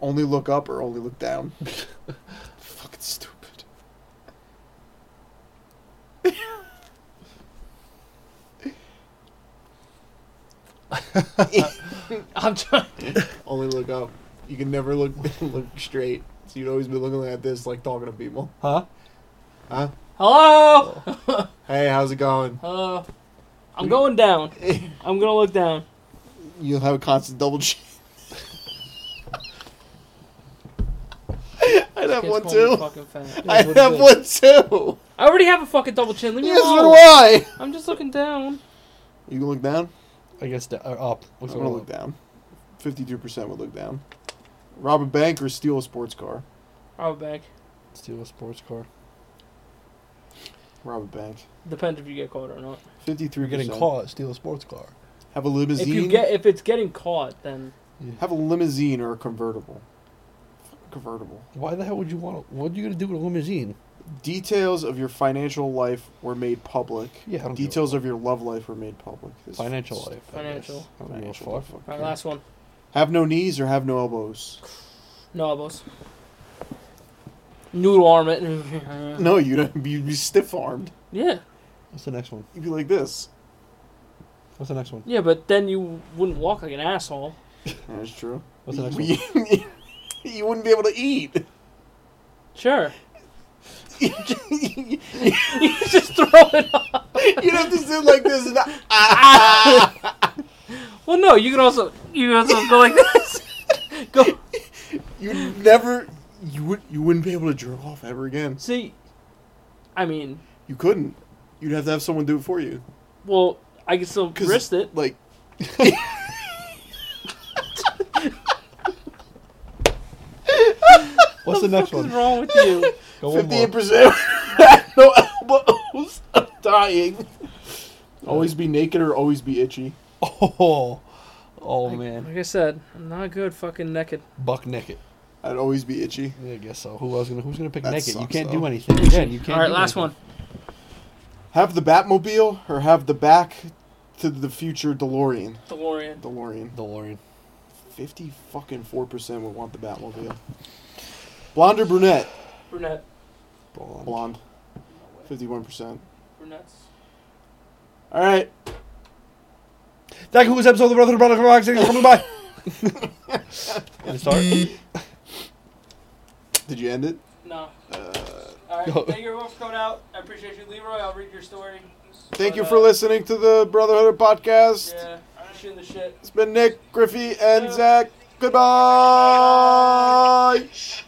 A: Only look up or only look down. fucking stupid.
E: I'm trying.
A: Only look up. You can never look look straight. So you'd always be looking at this like talking to people.
C: Huh?
A: Huh?
B: Hello.
A: Hey, how's it going?
B: Hello. I'm going down. I'm gonna look down.
A: You'll have a constant double chin. I'd have
B: Kids
A: one
B: call me
A: too.
B: fucking fat.
A: I
D: what it
A: have
D: is.
A: one too.
B: I already have a fucking double chin. Leave me
A: Yes, so do
B: alone.
A: I.
B: I'm just looking down.
A: You can look down.
D: I guess the, or up.
A: I'm
D: What's
A: gonna look down. Fifty-two percent would look down. Rob a bank or steal a sports car.
B: I'll be back.
D: Steal a sports car.
A: Rob a bank.
B: Depends if you get caught or not.
A: Fifty-three.
D: You're getting caught. Steal a sports car.
A: Have a limousine.
B: If you get, if it's getting caught, then
A: have a limousine or a convertible. Convertible.
D: Why the hell would you want? To, what are you gonna do with a limousine?
A: Details of your financial life were made public.
D: Yeah, I don't give a
A: Details of your love life were made public. This-
D: Financial life. I
B: Financial.
D: guess. I don't give a
A: Financial
D: fuck.
A: life, okay.
B: all right, last one.
A: Have no knees or have no elbows.
B: No elbows. Noodle arm it.
A: No, you don't. You'd be stiff armed.
B: Yeah,
D: What's the next one?
A: You'd be like this.
D: What's the next one?
B: yeah, but then you wouldn't walk like an asshole.
A: That's true.
D: What's the next one?
A: you, you wouldn't be able to eat.
B: Sure.
A: You'd
B: you just throw it up.
A: have to sit like this and ah,
B: Well, no, you can also you can also go like this. go.
A: you'd never. You would. You wouldn't be able to jerk off ever again.
B: See, I mean,
A: You couldn't. You'd have to have someone do it for you.
B: well, I can still
A: 'Cause,
B: wrist it.
A: Like
D: What's the next
B: What's
A: um,
D: one?
B: wrong with you?
D: Go one more.
A: fifty-eight percent. No elbows. I'm dying. Always be naked or always be itchy.
D: Oh, oh
B: Like-
D: man,
B: Like I said, I'm not good fucking naked.
D: buck naked.
A: I'd always be itchy.
D: Yeah, I guess so. Who else gonna Who's gonna pick
A: That
D: naked? you
A: sucks,
D: can't
A: though.
D: do anything. Again, you can't.
B: All right,
D: do
B: last
D: anything.
B: one.
A: Have the Batmobile or have the back to the future DeLorean.
B: DeLorean.
A: DeLorean.
D: DeLorean.
A: Fifty fucking four percent would want the Batmobile. Blonde or brunette?
B: Brunette.
D: Blonde.
A: Blonde. Fifty-one percent.
B: Brunettes.
A: All right.
D: That concludes episode of the Brother Brother Rocks. Thanks for coming by. Can I start?
A: Did you end it?
B: No.
A: Uh,
B: All
D: Go.
B: right. Thank you everyone for coming out. I appreciate you, Leroy. I'll read your story.
A: thank
B: But,
A: you
B: uh,
A: for listening to the Brotherhood podcast.
B: Yeah, I'm shooting the shit.
A: It's been Nick, Griffey, and Zach. Goodbye.